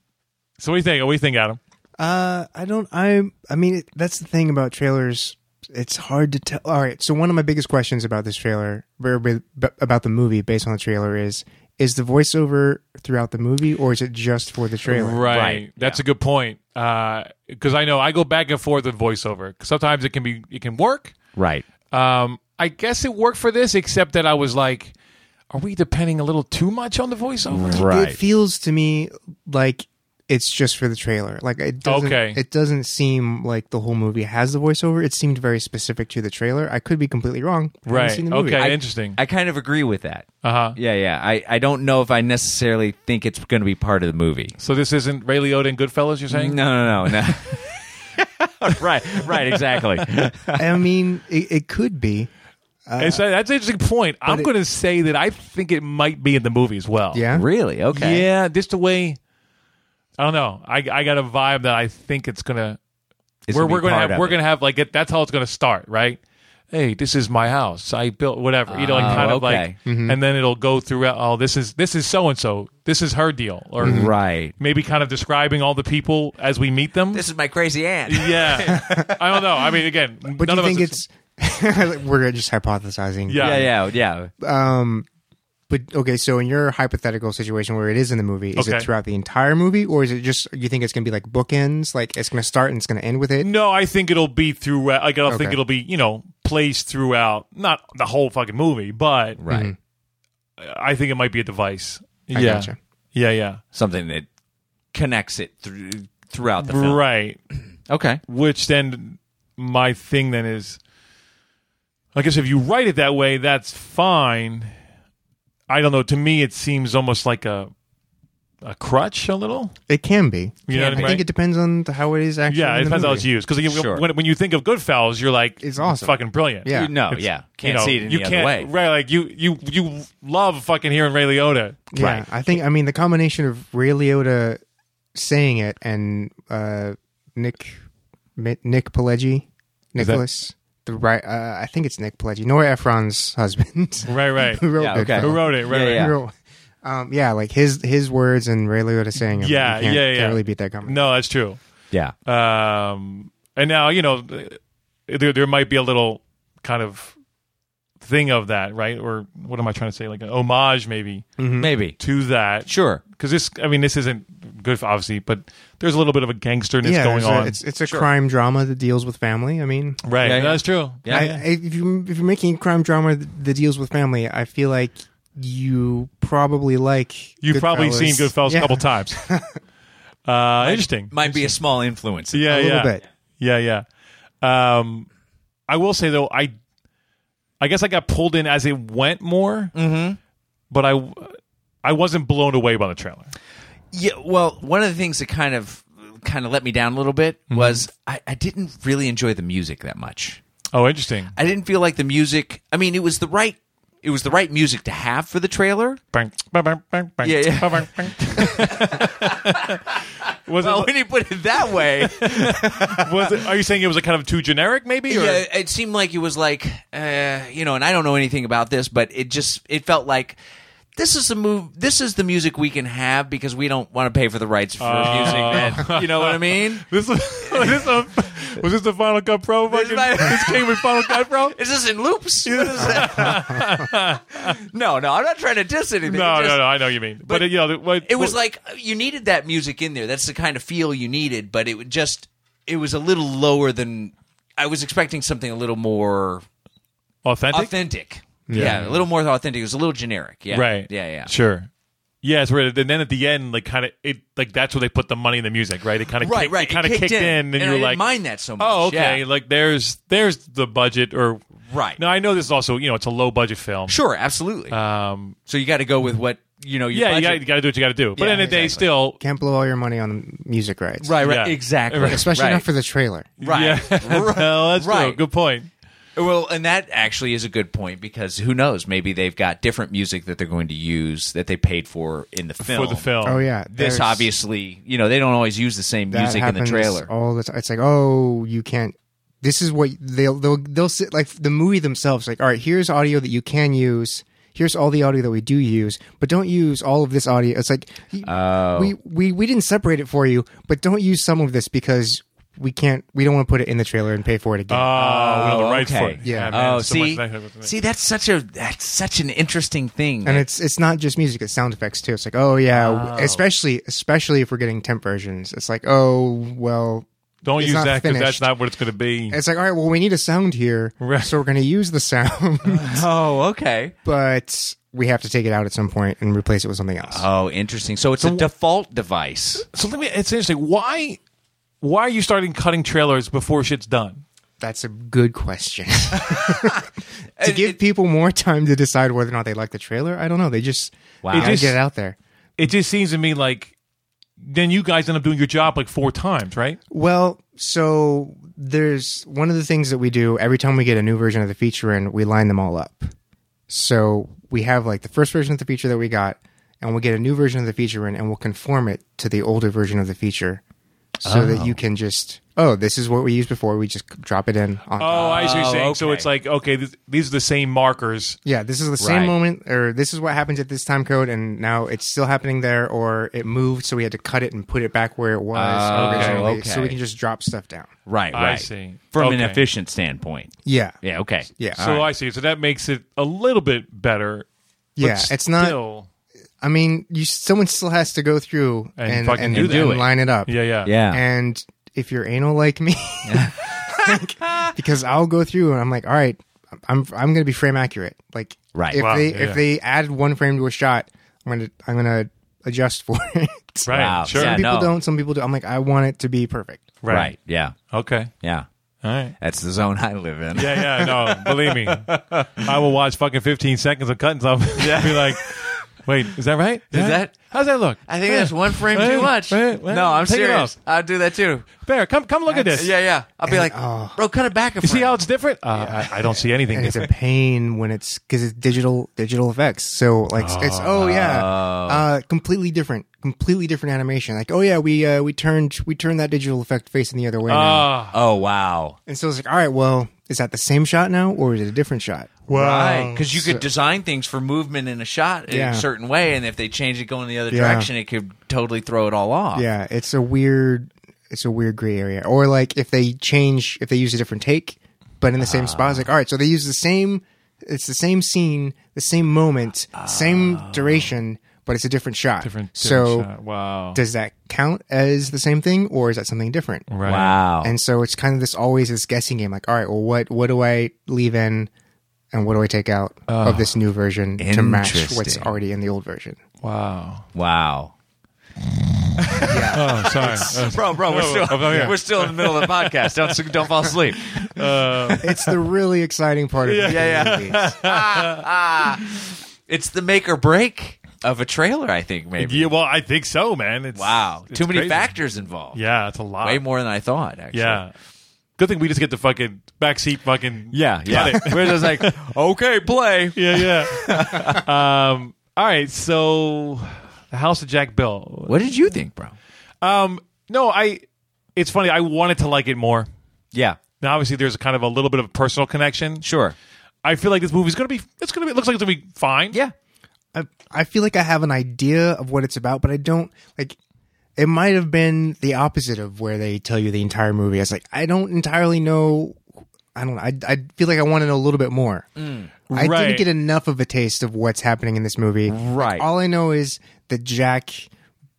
Speaker 2: so what do you think? What do you think, Adam?
Speaker 3: Uh, I don't. I. I mean, it- that's the thing about trailers. It's hard to tell. All right. So one of my biggest questions about this trailer, or b- b- about the movie, based on the trailer, is: is the voiceover throughout the movie, or is it just for the trailer?
Speaker 2: Right. That's a good point. Because I know I go back and forth with voiceover. 'Cause Sometimes it can be it can work.
Speaker 1: right.
Speaker 2: Um, I guess it worked for this, except that I was like, are we depending a little too much on the voiceover?
Speaker 3: It feels to me like it's just for the trailer. Like it doesn't.
Speaker 2: Okay.
Speaker 3: It doesn't seem like the whole movie has the voiceover. It seemed very specific to the trailer. I could be completely wrong. I haven't
Speaker 2: Right.
Speaker 3: seen the movie.
Speaker 2: Okay.
Speaker 1: I-
Speaker 2: Interesting.
Speaker 1: I kind of agree with that.
Speaker 2: Uh huh.
Speaker 1: Yeah, yeah. I, I don't know if I necessarily think it's going to be part of the movie.
Speaker 2: So this isn't Ray Liotta and Goodfellas. You're saying?
Speaker 1: No, no, no, no. right, right, exactly.
Speaker 3: I mean, it, it could be.
Speaker 2: And so that's an interesting point. I'm going to say that I think it might be in the movie as well.
Speaker 3: Yeah.
Speaker 1: really? Okay.
Speaker 2: Yeah. Just the way. I don't know. I I got a vibe that I think it's gonna.
Speaker 1: It's
Speaker 2: we're
Speaker 1: gonna be
Speaker 2: we're gonna
Speaker 1: part
Speaker 2: have
Speaker 1: of
Speaker 2: we're
Speaker 1: it.
Speaker 2: gonna have like it, that's how it's gonna start, right? Hey, this is my house. I built whatever. You know, like
Speaker 1: Oh,
Speaker 2: kind of
Speaker 1: okay.
Speaker 2: like, and then it'll go throughout. Oh, this is this is so and so. This is her deal, or
Speaker 1: Mm-hmm. Right.
Speaker 2: maybe kind of describing all the people as we meet them.
Speaker 1: This is my crazy aunt.
Speaker 2: yeah, I don't know. I mean, again,
Speaker 3: But
Speaker 2: none
Speaker 3: do you
Speaker 2: of
Speaker 3: think
Speaker 2: us
Speaker 3: it's? we're just hypothesizing.
Speaker 2: Yeah.
Speaker 1: Yeah, yeah, yeah.
Speaker 2: Mm-hmm.
Speaker 3: Um, but okay, so in your hypothetical situation where it is in the movie, is
Speaker 2: Okay.
Speaker 3: it throughout the entire movie, or is it just you think it's gonna be like bookends, like it's gonna start and it's gonna end with it?
Speaker 2: No, I think it'll be throughout. Like, I don't think
Speaker 3: Okay.
Speaker 2: it'll be you know placed throughout, not the whole fucking movie, but
Speaker 1: Right.
Speaker 2: I think it might be a device.
Speaker 3: I
Speaker 2: yeah.
Speaker 3: gotcha.
Speaker 2: yeah, yeah,
Speaker 1: Something that connects it through throughout the film.
Speaker 2: right.
Speaker 1: Okay.
Speaker 2: Which then my thing then is, I guess if you write it that way, that's fine. I don't know. To me, it seems almost like a a crutch, a little.
Speaker 3: It can be.
Speaker 2: You know what I
Speaker 3: I
Speaker 2: mean?
Speaker 3: think it depends on the, how it is actually.
Speaker 2: Yeah, it
Speaker 3: in the
Speaker 2: depends how it's
Speaker 3: movie.
Speaker 2: used. Because
Speaker 1: Sure.
Speaker 2: when, when you think of Goodfellas, you're like,
Speaker 3: It's awesome.
Speaker 2: fucking brilliant.
Speaker 3: Yeah.
Speaker 1: You- No,
Speaker 2: It's-
Speaker 1: yeah. Can't
Speaker 2: you know,
Speaker 1: see it any
Speaker 2: you
Speaker 1: other
Speaker 2: can't,
Speaker 1: way.
Speaker 2: Right, like you you you love fucking hearing Ray Liotta.
Speaker 3: Yeah,
Speaker 1: Right.
Speaker 3: I think. I mean, the combination of Ray Liotta saying it and uh, Nick Mi- Nick Pileggi, Nicholas. The right, uh, I think it's Nick Pileggi, Nora Ephron's husband,
Speaker 2: Right, right.
Speaker 3: who wrote
Speaker 1: Yeah,
Speaker 3: Big
Speaker 1: okay.
Speaker 3: Fella.
Speaker 2: Who wrote it? Right,
Speaker 1: Yeah,
Speaker 2: right.
Speaker 1: yeah.
Speaker 3: yeah. um, yeah, like his his words and Ray Liotta saying, them.
Speaker 2: Yeah,
Speaker 3: You can't,
Speaker 2: yeah, yeah.
Speaker 3: Can't really beat that comment.
Speaker 2: No, that's true.
Speaker 1: Yeah.
Speaker 2: Um, and now you know there there might be a little kind of thing of that, right? Or what am I trying to say? Like an homage, maybe
Speaker 1: Maybe.
Speaker 2: to that.
Speaker 1: Sure.
Speaker 2: Because this, I mean, this isn't good, obviously, but there's a little bit of a gangsterness
Speaker 3: yeah,
Speaker 2: going
Speaker 3: there's a-
Speaker 2: on.
Speaker 3: it's it's a crime drama that deals with family. I mean,
Speaker 2: right.
Speaker 1: Yeah, yeah.
Speaker 2: That's true.
Speaker 1: Yeah.
Speaker 3: I, I- if you if you're making a crime drama that that deals with family, I feel like you probably like
Speaker 2: You've probably
Speaker 3: Goodfellas.
Speaker 2: seen Goodfellas
Speaker 3: Yeah,
Speaker 2: a couple times. uh, interesting.
Speaker 1: Might be a small influence.
Speaker 2: yeah,
Speaker 3: a little
Speaker 2: yeah.
Speaker 3: bit.
Speaker 2: Yeah, yeah. Um, I will say though, I, I guess I got pulled in as it went more, mm-hmm. but I, I wasn't blown away by the trailer.
Speaker 1: Yeah, well, one of the things that kind of kind of let me down a little bit was I, I didn't really enjoy the music that much.
Speaker 2: Oh, interesting.
Speaker 1: I didn't feel like the music. I mean, it was the right it was the right music to have for the trailer.
Speaker 2: Bang, bang, bang, bang, bang,
Speaker 1: Yeah, yeah.
Speaker 2: bang, bang, bang. was
Speaker 1: Well,
Speaker 2: it,
Speaker 1: when you put it that way,
Speaker 2: was it, are you saying it was a kind of too generic, maybe? Or?
Speaker 1: yeah, it seemed like it was like uh, you know, and I don't know anything about this, but it just it felt like this is the move. This is the music we can have because we don't want to pay for the rights for
Speaker 2: Oh.
Speaker 1: music. That, you know what I mean?
Speaker 2: This was, this a, was this the Final Cut Pro? Fucking,
Speaker 1: my-
Speaker 2: this came with Final Cut Pro.
Speaker 1: Is this in loops? What is that? no, no, I'm not trying to diss anything.
Speaker 2: No,
Speaker 1: It just-
Speaker 2: no, no. I know what you mean, but,
Speaker 1: but
Speaker 2: you know, the- what,
Speaker 1: It was
Speaker 2: what-
Speaker 1: like uh, you needed that music in there. That's the kind of feel you needed, but it would just it was a little lower than I was expecting something a little more
Speaker 2: authentic.
Speaker 1: authentic. Yeah, a little more authentic. It was a little generic. Yeah.
Speaker 2: Right.
Speaker 1: Yeah, yeah.
Speaker 2: Sure. Yeah, it's weird. And then at the end, like kind of it, like that's where they put the money in the music, right? It kind of
Speaker 1: Right,
Speaker 2: kicked,
Speaker 1: right.
Speaker 2: It kind of kicked, in, and,
Speaker 1: I
Speaker 2: you were
Speaker 1: didn't
Speaker 2: like,
Speaker 1: mind that so much.
Speaker 2: oh, okay.
Speaker 1: yeah.
Speaker 2: Like there's there's the budget, or
Speaker 1: Right.
Speaker 2: Now I know this is also you know it's a low budget film.
Speaker 1: Sure, absolutely.
Speaker 2: Um,
Speaker 1: so you got to go with what you know.
Speaker 2: yeah,
Speaker 1: Your
Speaker 2: you
Speaker 1: budget-
Speaker 2: got, you got to do what you got to do. But
Speaker 1: Yeah,
Speaker 2: in the day,
Speaker 1: exactly.
Speaker 2: still,
Speaker 3: Can't blow all your money on music rights,
Speaker 1: right, right,
Speaker 2: Yeah.
Speaker 1: exactly,
Speaker 3: Especially
Speaker 1: right.
Speaker 3: not for the trailer.
Speaker 1: right.
Speaker 2: yeah,
Speaker 1: right.
Speaker 2: no, that's
Speaker 1: right.
Speaker 2: true. Good point.
Speaker 1: Well, and that actually is a good point because who knows? Maybe they've got different music that they're going to use that they paid for in the film.
Speaker 2: for the film.
Speaker 3: Oh yeah,
Speaker 1: This
Speaker 3: there's-
Speaker 1: obviously, you know, they don't always use the same
Speaker 3: that
Speaker 1: music in the
Speaker 3: happens
Speaker 1: trailer.
Speaker 3: all the time. It's like, oh, you can't. This is what they'll they'll they'll sit like the movie themselves. Like, all right, here's audio that you can use. Here's all the audio that we do use, but don't use all of this audio. It's like y-
Speaker 1: Oh.
Speaker 3: we, we we didn't separate it for you, but don't use some of this because we can't. We don't want to put it in the trailer and pay for it again.
Speaker 2: Oh, we have the
Speaker 1: Oh,
Speaker 2: rights for
Speaker 1: okay.
Speaker 2: it.
Speaker 3: Yeah.
Speaker 2: man,
Speaker 1: oh,
Speaker 2: there's so much
Speaker 1: see,
Speaker 2: that goes into it.
Speaker 1: see, that's such a that's such an interesting thing.
Speaker 3: and it's it's not just music; it's sound effects too. It's like, oh yeah, especially especially if we're getting temp versions. It's like, oh well,
Speaker 2: don't
Speaker 3: it's
Speaker 2: use
Speaker 3: not
Speaker 2: that because that's
Speaker 3: finished.
Speaker 2: not what it's going to be.
Speaker 3: It's like, all right, well, we need a sound here,
Speaker 2: Right.
Speaker 3: so we're going to use the sound,
Speaker 1: oh, okay.
Speaker 3: but we have to take it out at some point and replace it with something else.
Speaker 1: Oh, interesting. So it's a default device.
Speaker 2: So let me. It's interesting. Why? Why are you starting cutting trailers before shit's done?
Speaker 3: That's a good question. to give people more time to decide whether or not they like the trailer, I don't know. They just
Speaker 1: Wow.
Speaker 3: they
Speaker 1: It
Speaker 3: gotta
Speaker 2: just-
Speaker 3: get it out there.
Speaker 2: It just seems to me like then you guys end up doing your job like four times, right?
Speaker 3: Well, so there's one of the things that we do every time we get a new version of the feature in, we line them all up. So we have like the first version of the feature that we got, and we'll get a new version of the feature in, and we'll conform it to the older version of the feature so that you can just, oh, this is what we used before. We just drop it in. On,
Speaker 2: Oh, I see what you're saying. So
Speaker 1: okay.
Speaker 2: it's like okay, th- these are the same markers.
Speaker 3: yeah, this is the same
Speaker 1: Right.
Speaker 3: moment, or this is what happens at this time code, and now it's still happening there, or it moved, so we had to cut it and put it back where it was
Speaker 1: Oh,
Speaker 3: originally.
Speaker 1: okay.
Speaker 3: So we can just drop stuff down.
Speaker 1: Right,
Speaker 2: I
Speaker 1: right.
Speaker 2: see.
Speaker 1: From an
Speaker 2: Okay.
Speaker 1: efficient standpoint.
Speaker 3: Yeah.
Speaker 1: Yeah. Okay.
Speaker 3: Yeah.
Speaker 2: So I see. So that makes it a little bit better. but
Speaker 3: Yeah, it's not-
Speaker 2: still-
Speaker 3: I mean, you someone still has to go through
Speaker 2: And
Speaker 3: and,
Speaker 2: fucking
Speaker 3: and-
Speaker 2: do
Speaker 3: and
Speaker 2: that.
Speaker 3: line it up.
Speaker 2: Yeah, yeah,
Speaker 1: Yeah.
Speaker 3: And if you're anal like me, because I'll go through and I'm like, all right, I'm I'm gonna be frame accurate. Like,
Speaker 1: Right.
Speaker 3: If
Speaker 2: Wow,
Speaker 3: they
Speaker 2: yeah, yeah.
Speaker 3: if they added one frame to a shot, I'm gonna I'm gonna adjust for it.
Speaker 2: Right.
Speaker 1: Wow.
Speaker 2: Sure.
Speaker 1: Yeah,
Speaker 3: Some people
Speaker 1: no.
Speaker 3: don't. Some people do. I'm like, I want it to be perfect.
Speaker 1: Right. Yeah.
Speaker 2: Okay.
Speaker 1: Yeah.
Speaker 2: All right.
Speaker 1: That's the zone I live in.
Speaker 2: Oh. Yeah, yeah, no, believe me. I will watch fucking 15 seconds of cutting something and be like, wait, is that right?
Speaker 1: Is that-
Speaker 2: How's that look?
Speaker 1: I think that's one frame
Speaker 2: Wait,
Speaker 1: too much.
Speaker 2: wait, wait.
Speaker 1: no, I'm
Speaker 2: Take it
Speaker 1: serious.
Speaker 2: off.
Speaker 1: I'll do that too.
Speaker 2: Bear, come come look at this. uh,
Speaker 1: Yeah, yeah. I'll be like,
Speaker 3: oh.
Speaker 1: bro, cut it back
Speaker 2: You
Speaker 1: a
Speaker 2: see
Speaker 1: frame."
Speaker 2: how it's different? Uh, I, I don't see anything
Speaker 3: And it's a
Speaker 2: different.
Speaker 3: pain when it's because it's digital digital effects. So like it's- it's oh yeah, uh, completely different, completely different animation. Like oh yeah, we uh, we turned we turned that digital effect facing the other way. now.
Speaker 2: Ah,
Speaker 1: Oh wow.
Speaker 3: And so it's like all right, well, is that the same shot now or is it a different shot?
Speaker 2: Wow.
Speaker 1: Right, because you could design things for movement in a shot in
Speaker 3: Yeah.
Speaker 1: a certain way, and if they change it going the other
Speaker 3: Yeah.
Speaker 1: direction, it could totally throw it all off.
Speaker 3: Yeah, it's a weird it's a weird gray area. Or like if they change if they use a different take, but in the same spot, it's like all right, so they use the same it's the same scene, the same moment, same duration, but it's a different shot.
Speaker 2: different, different
Speaker 3: so
Speaker 2: shot. Wow.
Speaker 3: does that count as the same thing or is that something different
Speaker 2: Right.
Speaker 1: Wow.
Speaker 3: and so it's kind of this always this guessing game like all right well what what do i leave in and what do i take out of this new version to match what's
Speaker 1: Interesting.
Speaker 3: already in the old version
Speaker 2: Wow.
Speaker 1: wow.
Speaker 2: Oh, sorry.
Speaker 1: Bro, bro, we're still
Speaker 2: oh, yeah.
Speaker 1: we're still in the middle of the podcast. Don't don't fall asleep.
Speaker 3: it's the really exciting part of yeah,
Speaker 1: yeah.
Speaker 3: movies.
Speaker 1: It's the make or break of a trailer, I think. Maybe.
Speaker 2: yeah, well, I think so, man. It's,
Speaker 1: Wow.
Speaker 2: it's
Speaker 1: Too many
Speaker 2: crazy.
Speaker 1: factors involved.
Speaker 2: Yeah, it's a lot.
Speaker 1: Way more than I thought. Actually.
Speaker 2: Yeah. Good thing we just get the fucking backseat fucking.
Speaker 1: Yeah. Yeah.
Speaker 2: Got it.
Speaker 1: we're just like, okay, play.
Speaker 2: yeah, yeah. um, all right, so the House of Jack Bill.
Speaker 1: What did you think, bro?
Speaker 2: Um, no, I. It's funny. I wanted to like it more.
Speaker 1: Yeah.
Speaker 2: Now, obviously, there's kind of a little bit of personal connection.
Speaker 1: Sure.
Speaker 2: I feel like this movie's gonna be. It's gonna be. It looks like it's gonna be fine.
Speaker 1: Yeah.
Speaker 3: I, I feel like I have an idea of what it's about, but I don't like. It might have been the opposite of where they tell you the entire movie. I was like, I don't entirely know. I don't. know. I I feel like I want to know a little bit more.
Speaker 1: Mm.
Speaker 3: I
Speaker 2: Right.
Speaker 3: didn't get enough of a taste of what's happening in this movie.
Speaker 1: Right.
Speaker 3: All I know is that Jack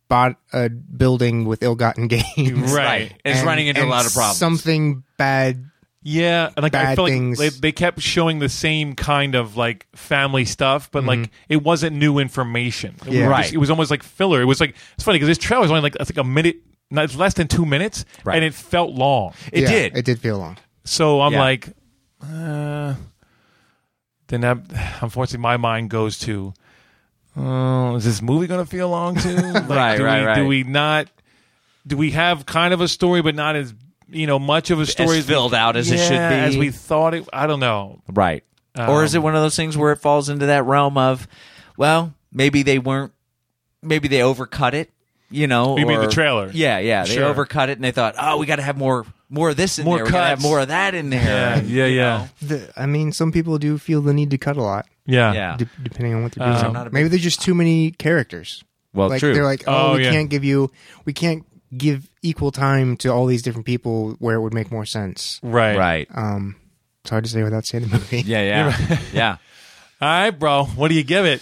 Speaker 3: bought a building with ill-gotten gains.
Speaker 2: Right.
Speaker 1: It's
Speaker 3: And-
Speaker 1: running into a
Speaker 3: and
Speaker 1: lot of problems.
Speaker 3: Something bad
Speaker 2: Yeah, and, like I
Speaker 3: Bad
Speaker 2: feel like
Speaker 3: things.
Speaker 2: they, they kept showing the same kind of like family stuff, but like it wasn't new information. It was
Speaker 3: Yeah.
Speaker 2: just-
Speaker 1: Mm-hmm. Right.
Speaker 2: it was almost like filler. It was like it's funny because this trailer was only like I think a minute, no, it's less than two minutes,
Speaker 1: Right.
Speaker 2: and it felt long.
Speaker 1: It
Speaker 3: Yeah,
Speaker 1: did.
Speaker 3: It did feel long.
Speaker 2: So I'm
Speaker 1: Yeah.
Speaker 2: like, uh, then that, unfortunately my mind goes to, uh, is this movie going to feel long too? Like,
Speaker 1: Right,
Speaker 2: do
Speaker 1: right,
Speaker 2: we,
Speaker 1: right.
Speaker 2: Do we not? Do we have kind of a story, but not as you know much of a story
Speaker 1: as filled out as it should be.
Speaker 2: Yeah, as we thought it? I don't know.
Speaker 1: Right. or is it one of those things where it falls into that realm of, well, maybe they weren't, maybe they overcut it, you know?
Speaker 2: You mean the
Speaker 1: or-
Speaker 2: trailer?
Speaker 1: Yeah, yeah. They
Speaker 2: Sure.
Speaker 1: overcut it and they thought, oh, we got to have more, more of this in
Speaker 2: More
Speaker 1: there. We gotta have
Speaker 2: cuts.
Speaker 1: more of that in there.
Speaker 2: yeah, yeah,
Speaker 3: The, I mean, some people do feel the need to cut a lot,
Speaker 2: yeah,
Speaker 1: Yeah.
Speaker 3: de- depending on what they're doing.
Speaker 1: Uh, I'm not a big-
Speaker 3: Maybe there's just too many characters.
Speaker 1: Well,
Speaker 3: like,
Speaker 1: true.
Speaker 3: They're like, oh,
Speaker 2: Oh,
Speaker 3: we
Speaker 2: yeah.
Speaker 3: can't give you, we can't give equal time to all these different people where it would make more sense.
Speaker 2: Right,
Speaker 1: Right.
Speaker 3: Um, it's hard to say without seeing the movie.
Speaker 1: yeah, yeah. yeah.
Speaker 2: All right, bro. What do you give it?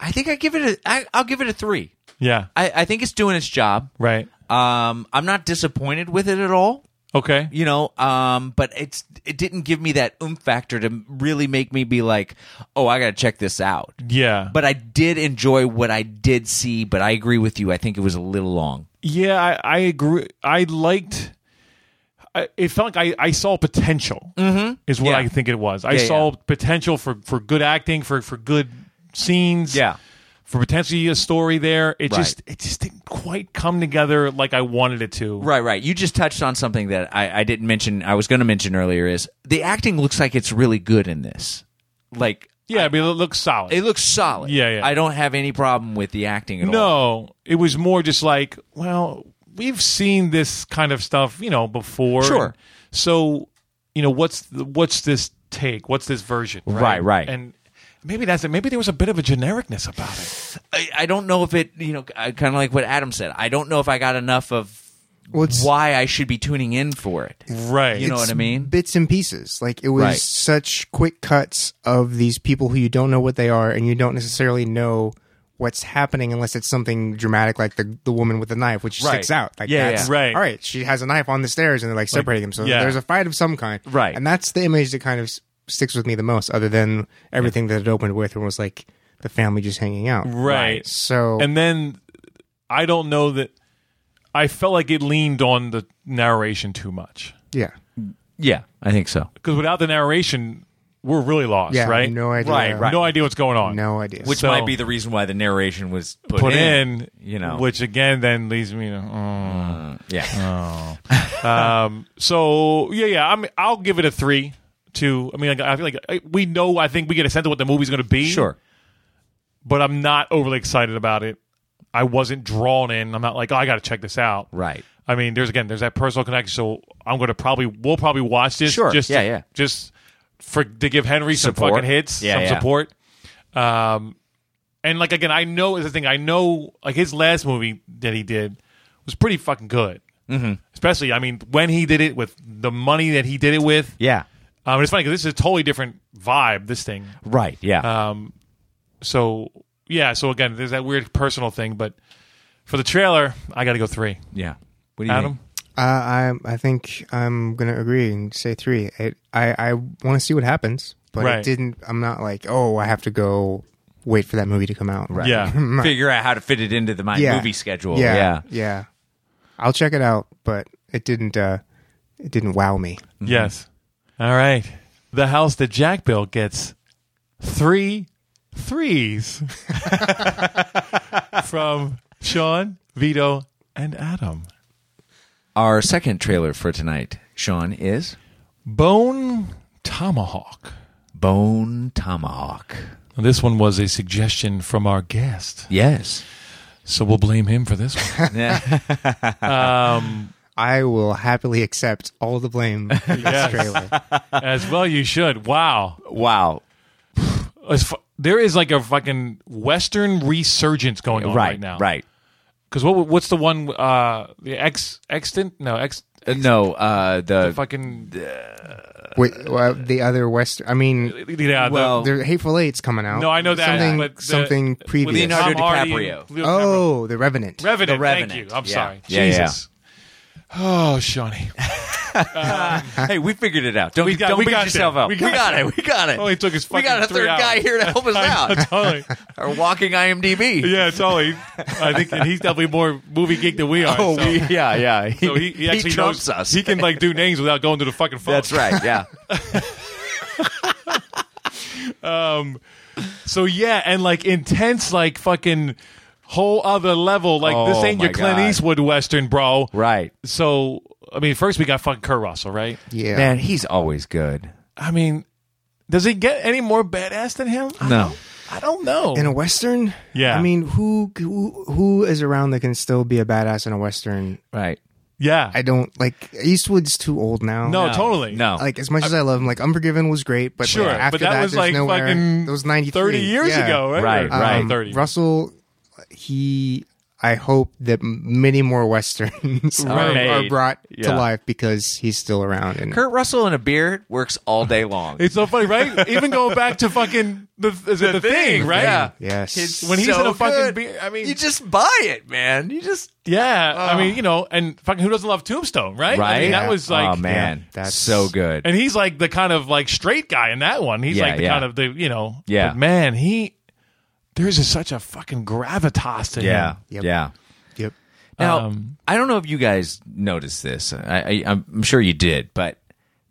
Speaker 1: I think I give it a, I, I'll give it a three.
Speaker 2: Yeah.
Speaker 1: I, I think it's doing its job.
Speaker 2: Right.
Speaker 1: Um, I'm not disappointed with it at all.
Speaker 2: Okay.
Speaker 1: you know um but it's it didn't give me that oomph factor to really make me be like oh i gotta check this out
Speaker 2: Yeah.
Speaker 1: but i did enjoy what i did see but i agree with you i think it was a little long
Speaker 2: Yeah, I, I agree. I liked. I, it felt like I, I saw potential. Mm-hmm. Is what
Speaker 1: Yeah.
Speaker 2: I think it was. I
Speaker 1: Yeah,
Speaker 2: saw potential for for good acting, for for good scenes. for potentially a story there. It
Speaker 1: Right.
Speaker 2: just it just didn't quite come together like I wanted it to.
Speaker 1: right right you just touched on something that i, I didn't mention i was going to mention earlier is the acting looks like it's really good in this like
Speaker 2: Yeah, I mean it looks solid.
Speaker 1: it looks solid
Speaker 2: Yeah, yeah.
Speaker 1: i don't have any problem with the acting at all
Speaker 2: no, it was more just like well, we've seen this kind of stuff, you know, before.
Speaker 1: Sure.
Speaker 2: So, you know, what's the, what's this take? What's this version?
Speaker 1: Right, right.
Speaker 2: And maybe that's it. Maybe there was a bit of a genericness about it.
Speaker 1: I, I don't know if it you know kind of like what adam said i don't know if i got enough of
Speaker 3: Well, it's-
Speaker 1: why i should be tuning in for it
Speaker 2: Right.
Speaker 1: You know what I mean?
Speaker 3: Bits and pieces. Like it was
Speaker 1: Right.
Speaker 3: such quick cuts of these people who you don't know what they are, and you don't necessarily know what's happening unless it's something dramatic, like the the woman with the knife, which
Speaker 1: Right.
Speaker 3: sticks out. Like
Speaker 1: Yeah,
Speaker 3: that's
Speaker 2: yeah. Right.
Speaker 3: All right, she has a knife on the stairs, and they're like separating them. So
Speaker 2: yeah.
Speaker 3: there's a fight of some kind.
Speaker 1: Right.
Speaker 3: And that's the image that kind of s- sticks with me the most, other than everything that it opened with, and was like the family just hanging out.
Speaker 2: Right.
Speaker 3: So
Speaker 2: and then I don't know that I felt like it leaned on the narration too much
Speaker 3: yeah,
Speaker 1: Yeah, I think so.
Speaker 2: because without the narration, we're really lost,
Speaker 3: yeah,
Speaker 2: right?
Speaker 3: No idea.
Speaker 1: Right, right.
Speaker 2: No idea what's going on.
Speaker 3: No idea.
Speaker 1: Which
Speaker 2: So-
Speaker 1: might be the reason why the narration was put,
Speaker 2: Put in,
Speaker 1: you know. uh,
Speaker 2: which again then leads me to. mm.
Speaker 1: yeah,
Speaker 2: So yeah, yeah. I mean, I'll give it a three. Two. I mean, like, I feel like I- we know. I think we get a sense of what the movie's going to be.
Speaker 1: sure.
Speaker 2: but I'm not overly excited about it. I wasn't drawn in. I'm not like, oh, I got to check this out.
Speaker 1: Right.
Speaker 2: I mean, there's again, there's that personal connection. So I'm going to probably, we'll probably watch this.
Speaker 1: Sure.
Speaker 2: Just
Speaker 1: Yeah,
Speaker 2: to,
Speaker 1: yeah.
Speaker 2: Just for to give Henry
Speaker 1: Support.
Speaker 2: some fucking hits,
Speaker 1: Yeah,
Speaker 2: some
Speaker 1: yeah.
Speaker 2: support. Um, and like again, I know is the thing. I know like his last movie that he did was pretty fucking good. Mm-hmm. Especially, I mean, when he did it with the money that he did it with.
Speaker 1: Yeah.
Speaker 2: Um, it's funny because this is a totally different vibe. This thing
Speaker 1: Right. Yeah.
Speaker 2: Uh, so yeah so again there's that weird personal thing but for the trailer i gotta go three
Speaker 1: yeah. What do you
Speaker 2: adam
Speaker 3: Uh, I I think I'm gonna agree and say three. It, I I want to see what happens, but
Speaker 2: Right.
Speaker 3: it didn't. I'm not like oh I have to go wait for that movie to come out. Right.
Speaker 2: yeah
Speaker 1: think? Figure out how to fit it into the my movie schedule.
Speaker 3: Yeah,
Speaker 1: Yeah.
Speaker 3: yeah. I'll check it out, but it didn't. Uh, it didn't wow me.
Speaker 2: yes all right the house that jack built gets three threes from sean vito and adam
Speaker 1: Our second trailer for tonight, Sean, is
Speaker 2: bone tomahawk
Speaker 1: Bone Tomahawk.
Speaker 2: this one was a suggestion from our guest
Speaker 1: Yes.
Speaker 2: so we'll blame him for this one
Speaker 1: Yeah.
Speaker 3: I will happily accept all the blame for this trailer.
Speaker 2: as well you should wow
Speaker 1: wow.
Speaker 2: as fu- there is like a fucking Western resurgence going on right, now.
Speaker 1: Right.
Speaker 2: Because what what's the one? Uh, the ex extant? No, ex
Speaker 1: Uh, no, uh, the,
Speaker 2: fucking
Speaker 3: Wait, well, the other Western. I mean,
Speaker 2: yeah. the-
Speaker 1: Well,
Speaker 3: their Hateful Eight's coming out.
Speaker 2: no, I know that.
Speaker 3: Something,
Speaker 2: but the-
Speaker 3: something
Speaker 2: with
Speaker 3: previous.
Speaker 1: Leonardo
Speaker 2: Tom Hardy
Speaker 1: DiCaprio.
Speaker 2: and Leo
Speaker 3: oh, The Revenant.
Speaker 2: Revenant.
Speaker 1: The Revenant.
Speaker 2: Thank you. I'm
Speaker 1: Yeah.
Speaker 2: sorry.
Speaker 1: Yeah, yeah.
Speaker 2: Jesus. Oh, Shawnee.
Speaker 1: hey, we figured it out. Don't,
Speaker 2: We got-
Speaker 1: don't
Speaker 2: we
Speaker 1: beat
Speaker 2: got
Speaker 1: yourself
Speaker 2: there.
Speaker 1: up.
Speaker 2: We
Speaker 1: We
Speaker 2: got
Speaker 1: got,
Speaker 2: there.
Speaker 1: it. We got it.
Speaker 2: Only took us
Speaker 1: We got
Speaker 2: fucking
Speaker 1: a
Speaker 2: three
Speaker 1: third guy
Speaker 2: hours.
Speaker 1: here to help us out.
Speaker 2: totally.
Speaker 1: Our walking IMDb.
Speaker 2: Yeah, totally. I think and he's definitely more movie geek than we are.
Speaker 1: Oh,
Speaker 2: so.
Speaker 1: we- yeah, yeah.
Speaker 2: so he, he actually
Speaker 1: trumps
Speaker 2: knows,
Speaker 1: us.
Speaker 2: He can like do names without going to the fucking phone.
Speaker 1: That's right. Yeah.
Speaker 2: So yeah, and like intense, like fucking whole other level. Like this
Speaker 1: Oh,
Speaker 2: ain't your
Speaker 1: my
Speaker 2: Clint
Speaker 1: God.
Speaker 2: Eastwood Western, bro.
Speaker 1: right.
Speaker 2: So I mean, first we got fucking Kurt Russell, right?
Speaker 3: Yeah.
Speaker 1: Man, he's always good.
Speaker 2: I mean, does he get any more badass than him?
Speaker 1: No.
Speaker 2: I don't know.
Speaker 3: In a Western?
Speaker 2: Yeah.
Speaker 3: I mean, who, who who is around that can still be a badass in a Western?
Speaker 1: Right.
Speaker 2: yeah.
Speaker 3: I don't like Eastwood's too old now.
Speaker 2: no, totally.
Speaker 1: No.
Speaker 3: Like as much as I love him, like Unforgiven was great, but like,
Speaker 2: Sure,
Speaker 3: after
Speaker 2: but that, was
Speaker 3: there's
Speaker 2: like
Speaker 3: nowhere.
Speaker 2: fucking
Speaker 3: that was 93.
Speaker 2: thirty years
Speaker 3: Yeah.
Speaker 2: ago, right?
Speaker 1: Right,
Speaker 2: Or-
Speaker 1: right.
Speaker 3: Um,
Speaker 2: thirty.
Speaker 3: Russell, he, I hope that m- many more westerns
Speaker 1: Right.
Speaker 3: are, are brought
Speaker 1: Yeah.
Speaker 3: to life because he's still around. And
Speaker 1: Kurt Russell and a beard works all day long.
Speaker 2: It's so funny, right? Even going back to fucking the is it the, thing, right?
Speaker 1: Yeah.
Speaker 3: yes,
Speaker 1: It's
Speaker 2: When he's
Speaker 1: so
Speaker 2: in a fucking
Speaker 1: good.
Speaker 2: beer- I mean-
Speaker 1: you just buy it, man. You just
Speaker 2: Yeah, I mean, you know, and fucking who doesn't love Tombstone, right? I mean, that was like,
Speaker 1: oh man,
Speaker 3: Yeah,
Speaker 1: that's
Speaker 3: that's-
Speaker 1: so good.
Speaker 2: and he's like the kind of like straight guy in that one. He's
Speaker 1: Yeah,
Speaker 2: like the
Speaker 1: yeah.
Speaker 2: kind of the you know,
Speaker 1: Yeah.
Speaker 2: But man, he there's just such a fucking gravitas to
Speaker 1: yeah,
Speaker 2: him.
Speaker 3: Yep.
Speaker 1: yeah.
Speaker 3: yep.
Speaker 1: Now
Speaker 2: Um,
Speaker 1: I don't know if you guys noticed this. I, I, I'm sure you did, but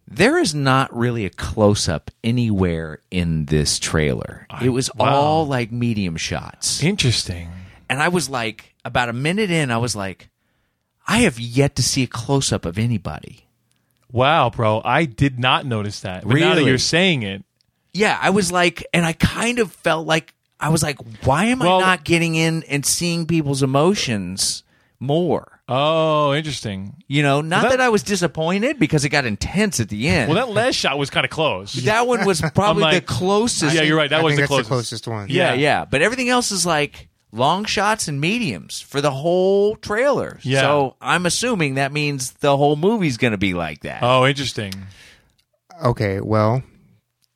Speaker 1: there is not really a close up anywhere in this trailer. it was
Speaker 2: wow.
Speaker 1: all like medium shots,
Speaker 2: Interesting.
Speaker 1: and I was like, about a minute in, I was like, I have yet to see a close up of anybody.
Speaker 2: Wow, bro, I did not notice that. But now that
Speaker 1: Really?
Speaker 2: you're saying it,
Speaker 1: yeah, I was like, and I kind of felt like I was like, why am
Speaker 2: Well-
Speaker 1: I not getting in and seeing people's emotions more?
Speaker 2: oh, interesting.
Speaker 1: You know, not
Speaker 2: that-
Speaker 1: that, I was disappointed because it got intense at the end.
Speaker 2: Well, that last shot was kind of close.
Speaker 1: that one was probably
Speaker 2: I'm like-
Speaker 1: the closest.
Speaker 2: yeah, you're right. That
Speaker 3: I
Speaker 2: was
Speaker 3: think
Speaker 2: the
Speaker 3: that's
Speaker 2: closest.
Speaker 3: the closest one.
Speaker 1: Yeah,
Speaker 2: Yeah.
Speaker 1: yeah, But everything else is like long shots and mediums for the whole trailer.
Speaker 2: Yeah.
Speaker 1: So I'm assuming that means the whole movie's going to be like that.
Speaker 2: Oh, interesting.
Speaker 3: Okay, well,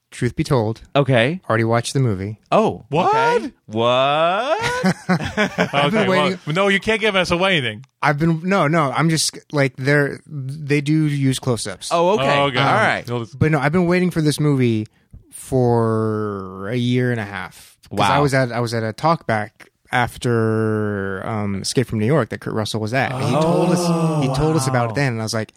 Speaker 3: truth be told,
Speaker 1: okay.
Speaker 3: already watched the movie.
Speaker 1: Oh.
Speaker 2: What?
Speaker 1: okay. What?
Speaker 2: Okay, well,
Speaker 3: waiting-
Speaker 2: no, you can't give us away anything.
Speaker 3: I've been no, no. I'm just like they're they do use close-ups.
Speaker 1: oh, okay.
Speaker 2: Oh,
Speaker 1: All
Speaker 2: okay.
Speaker 1: right.
Speaker 2: Well, it's-
Speaker 3: but no, I've been waiting for this movie for a year and a half. 'Cause
Speaker 1: Wow.
Speaker 3: I was at I was at a talk back after um, Escape from New York that Kurt Russell was at. And he told us he
Speaker 1: Oh,
Speaker 3: told us about it then, and I was like,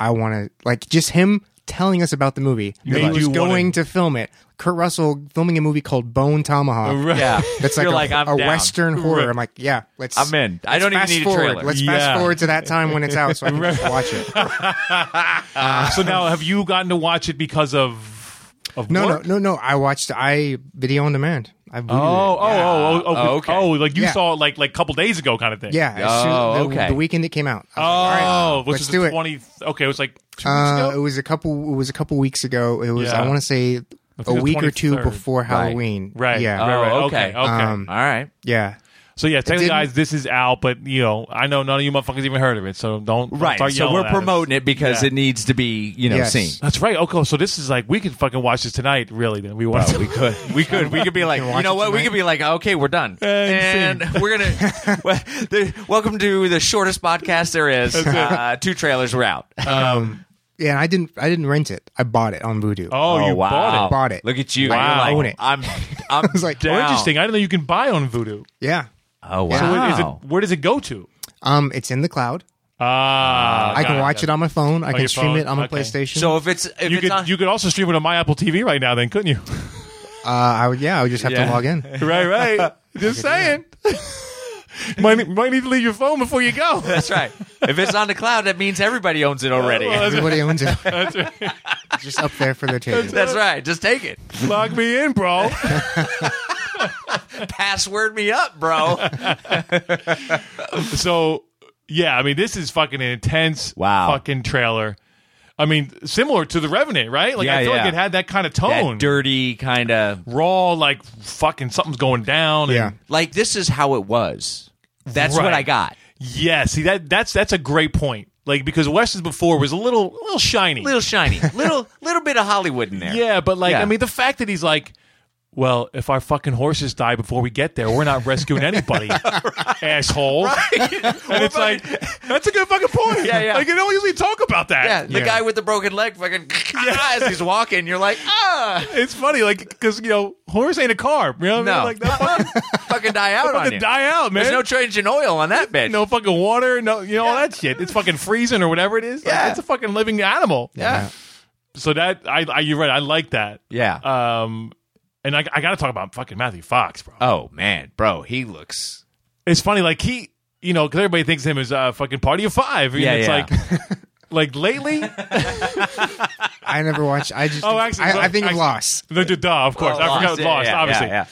Speaker 3: I want to like just him telling us about the movie. that
Speaker 2: Made
Speaker 3: he was
Speaker 2: you wanna-
Speaker 3: going to film it. Kurt Russell filming a movie called Bone Tomahawk.
Speaker 2: Right.
Speaker 1: Yeah.
Speaker 3: That's like
Speaker 1: You're
Speaker 3: a,
Speaker 1: like, I'm
Speaker 3: a
Speaker 1: down.
Speaker 3: Western horror.
Speaker 2: Right.
Speaker 3: I'm like, yeah, let's.
Speaker 1: I'm in. I
Speaker 3: let's
Speaker 1: don't even
Speaker 3: fast
Speaker 1: need a
Speaker 3: forward.
Speaker 1: trailer.
Speaker 3: Let's
Speaker 2: Yeah.
Speaker 3: fast forward to that time when it's out, so I can just watch it.
Speaker 2: So now, have you gotten to watch it because of of
Speaker 3: No,
Speaker 2: work?
Speaker 3: no, no, no. I watched. I video on demand. I booted
Speaker 2: Oh,
Speaker 3: it.
Speaker 2: oh, oh, oh,
Speaker 1: Oh, okay.
Speaker 2: Oh, like you
Speaker 3: Yeah.
Speaker 2: saw it like like a couple days ago, kind of thing.
Speaker 3: yeah. as soon-
Speaker 1: Oh,
Speaker 3: the,
Speaker 1: okay.
Speaker 3: The weekend it came out. I
Speaker 2: Oh,
Speaker 3: was like, all right,
Speaker 2: which
Speaker 3: let's
Speaker 2: is
Speaker 3: do
Speaker 2: the
Speaker 3: it.
Speaker 2: twenty. Okay, it was like two
Speaker 3: Uh,
Speaker 2: weeks
Speaker 3: it
Speaker 2: ago.
Speaker 3: was a couple. It was a couple weeks ago. It was.
Speaker 2: Yeah.
Speaker 3: I want to say a
Speaker 2: think the
Speaker 3: week or two
Speaker 2: 23rd.
Speaker 3: before Halloween.
Speaker 2: Right.
Speaker 3: Yeah.
Speaker 2: Right. Right.
Speaker 1: Oh,
Speaker 2: okay.
Speaker 1: okay.
Speaker 2: Okay.
Speaker 3: Um,
Speaker 1: All right.
Speaker 3: Yeah.
Speaker 2: so yeah, technically,
Speaker 3: didn't-
Speaker 2: guys, this is out, but you know, I know none of you motherfuckers even heard of it, so don't. don't
Speaker 1: Right.
Speaker 2: start
Speaker 1: So
Speaker 2: yelling
Speaker 1: we're
Speaker 2: at us.
Speaker 1: promoting it because
Speaker 2: Yeah.
Speaker 1: it needs to be, you know,
Speaker 3: Yes.
Speaker 1: seen.
Speaker 2: That's right. Okay, so this is like we could fucking watch this tonight. Really, then we want to.
Speaker 1: we could. We could. We could be like,
Speaker 3: can
Speaker 1: you
Speaker 3: watch
Speaker 1: know
Speaker 3: it
Speaker 1: what? We
Speaker 3: tonight.
Speaker 1: could be like, okay, we're done.
Speaker 2: And
Speaker 1: And, we're going to. well, the- welcome to the shortest podcast there is. Uh, two trailers, we're out.
Speaker 3: Yeah. And I didn't. I didn't rent it. I bought it on Vudu.
Speaker 2: Oh, you bought it.
Speaker 3: Bought it.
Speaker 1: Look at you.
Speaker 3: I
Speaker 1: You're like,
Speaker 3: own it.
Speaker 1: I'm, I'm
Speaker 3: was like,
Speaker 2: Oh,
Speaker 1: down.
Speaker 2: interesting. I didn't know you can buy on Voodoo.
Speaker 3: Yeah.
Speaker 1: Oh, wow. Uh,
Speaker 2: So it- is it, where does it go to?
Speaker 3: Um, it's in the cloud.
Speaker 2: Ah,
Speaker 3: I can watch it on my phone. I
Speaker 2: your
Speaker 3: can stream
Speaker 2: phone?
Speaker 3: it on my
Speaker 2: Okay.
Speaker 3: PlayStation.
Speaker 1: So if it's. If
Speaker 2: You
Speaker 1: it's
Speaker 2: could
Speaker 1: on,
Speaker 2: you could also stream it on my Apple TV right now, then couldn't you?
Speaker 3: uh, I would. Yeah. I would just have
Speaker 1: Yeah.
Speaker 3: to log in.
Speaker 2: Right, right. Just saying. might, might need to leave your phone before you go.
Speaker 1: That's right. If it's on the cloud, that means everybody owns it already.
Speaker 2: Well,
Speaker 3: Everybody owns it. Just up there for their taking.
Speaker 1: That's right. Just take it.
Speaker 2: Lock me in, bro.
Speaker 1: Password me up, bro.
Speaker 2: so, yeah, I mean, this is fucking an intense
Speaker 1: Wow.
Speaker 2: fucking trailer. I mean, similar to the Revenant, right? Like
Speaker 1: Yeah,
Speaker 2: I feel
Speaker 1: yeah.
Speaker 2: like it had that kind of tone,
Speaker 1: that dirty kind of
Speaker 2: raw, like fucking something's going down. and-
Speaker 3: Yeah.
Speaker 1: like this is how it was. That's what
Speaker 2: Right.
Speaker 1: I got.
Speaker 2: yeah. See that that's that's a great point. Like because Weston's before was a little a little shiny,
Speaker 1: Little shiny, little little bit of Hollywood in there.
Speaker 2: Yeah, but like
Speaker 1: Yeah.
Speaker 2: I mean, the fact that he's like, well, if our fucking horses die before we get there, we're not rescuing anybody, asshole. And it's like that's a good fucking point.
Speaker 1: Yeah, yeah.
Speaker 2: Like you don't usually talk about that.
Speaker 1: Yeah, the
Speaker 3: Yeah.
Speaker 1: guy with the broken leg fucking as he's walking, you're like, ah,
Speaker 2: It's funny, like because you know, horse ain't a car. You know what I mean?
Speaker 1: no,
Speaker 2: Like that fucking,
Speaker 1: fucking die out on
Speaker 2: fucking
Speaker 1: you.
Speaker 2: die out, man.
Speaker 1: There's no changing oil on that bitch.
Speaker 2: no fucking water, no, you know all that shit. It's fucking freezing or whatever it is. Like,
Speaker 1: Yeah.
Speaker 2: it's a fucking living animal.
Speaker 1: yeah,
Speaker 2: So that I, I, you're right. I like that.
Speaker 1: yeah.
Speaker 2: Um, and I, I got to talk about fucking Matthew Fox, bro.
Speaker 1: oh man, bro, he looks.
Speaker 2: it's funny, like he, you know, because everybody thinks of him as uh, fucking Party of Five. You know,
Speaker 1: Yeah,
Speaker 2: it's like, like lately,
Speaker 3: I never watched. I just.
Speaker 2: Oh, actually,
Speaker 3: I, I think
Speaker 2: actually-
Speaker 3: Lost.
Speaker 2: the, the duh, of course,
Speaker 1: Oh,
Speaker 2: I forgot
Speaker 1: yeah,
Speaker 2: Lost,
Speaker 1: yeah,
Speaker 2: obviously,
Speaker 1: yeah,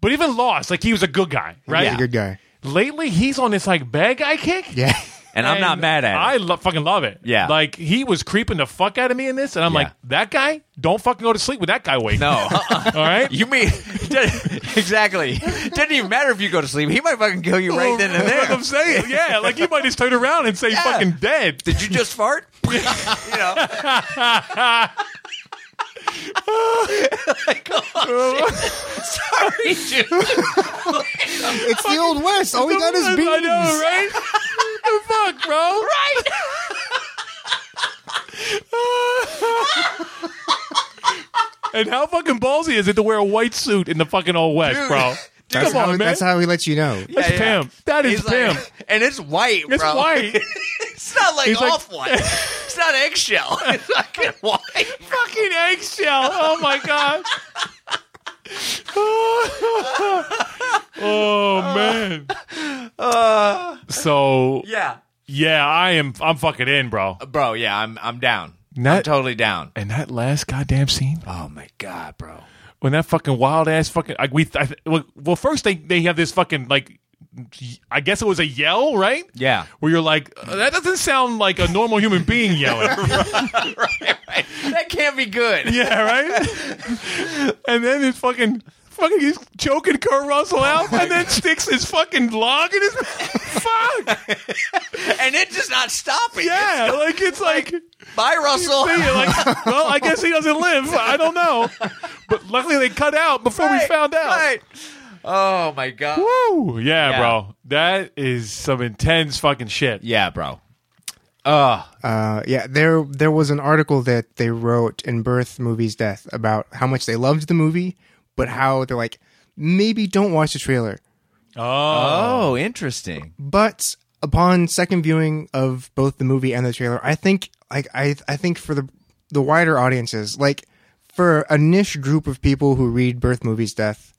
Speaker 2: but even Lost, like he was a good guy, right?
Speaker 3: He's a good guy.
Speaker 2: Lately, he's on this like bad guy kick.
Speaker 3: Yeah.
Speaker 1: yeah. And I'm not
Speaker 2: And
Speaker 1: mad at him.
Speaker 2: I lo- fucking love it.
Speaker 1: Yeah.
Speaker 2: like he was creeping the fuck out of me in this, and I'm
Speaker 1: Yeah.
Speaker 2: like, that guy, don't fucking go to sleep with that guy. Wait,
Speaker 1: no, Uh-uh.
Speaker 2: all right,
Speaker 1: you mean exactly? Doesn't even matter if you go to sleep. He might fucking kill you right then and
Speaker 2: That's what
Speaker 1: there.
Speaker 2: I'm saying, yeah, like you might just turn around and say,
Speaker 1: Yeah.
Speaker 2: fucking dead.
Speaker 1: Did you just fart? you know, like, oh, shit. sorry, dude.
Speaker 3: It's the Old West. All we got is beans.
Speaker 2: I know, right? the fuck, bro? Right. and how fucking ballsy is it to wear a white suit in the fucking old west, bro?
Speaker 3: That's,
Speaker 2: Come on,
Speaker 3: how,
Speaker 2: man.
Speaker 3: that's how we let you know.
Speaker 2: That's
Speaker 1: Yeah, yeah.
Speaker 2: pimp. That is
Speaker 1: He's like-
Speaker 2: pimp.
Speaker 1: and it's white,
Speaker 2: it's
Speaker 1: bro.
Speaker 2: white.
Speaker 1: It's not like
Speaker 2: He's like-
Speaker 1: off white. It's not eggshell. It's fucking white.
Speaker 2: fucking eggshell. Oh my god. oh man. so
Speaker 1: Yeah,
Speaker 2: yeah, I am. I'm fucking in, bro.
Speaker 1: bro. Yeah, I'm. I'm down. I'm
Speaker 2: Not-
Speaker 1: totally down.
Speaker 2: And that last goddamn scene
Speaker 1: Oh my god, bro.
Speaker 2: when that fucking wild ass fucking like we I, well well, first they they have this fucking like I guess it was a yell right
Speaker 1: Yeah.
Speaker 2: where you're like "Uh, that doesn't sound like a normal human being yelling
Speaker 1: That can't be good.
Speaker 2: yeah right and then it's fucking fucking he's choking Kurt
Speaker 1: Oh
Speaker 2: Russell out and then sticks his fucking log in his fuck
Speaker 1: And it's just not stopping.
Speaker 2: yeah like it's like.
Speaker 1: It's- Bye, Russell.
Speaker 2: see, like, well, I guess he doesn't live. I don't know, but luckily they cut out before we
Speaker 1: Right,
Speaker 2: found out.
Speaker 1: right. Oh my god.
Speaker 2: Woo! Yeah,
Speaker 1: Yeah.
Speaker 2: bro. That is some intense fucking shit.
Speaker 1: Yeah, bro.
Speaker 3: Uh, yeah, there there was an article that they wrote in Birth Movie's Death about how much they loved the movie, but how they're like maybe don't watch the trailer.
Speaker 2: Oh.
Speaker 1: Oh, interesting.
Speaker 3: But upon second viewing of both the movie and the trailer, I think like I I think for the the wider audiences, like for a niche group of people who read Birth Movie's Death,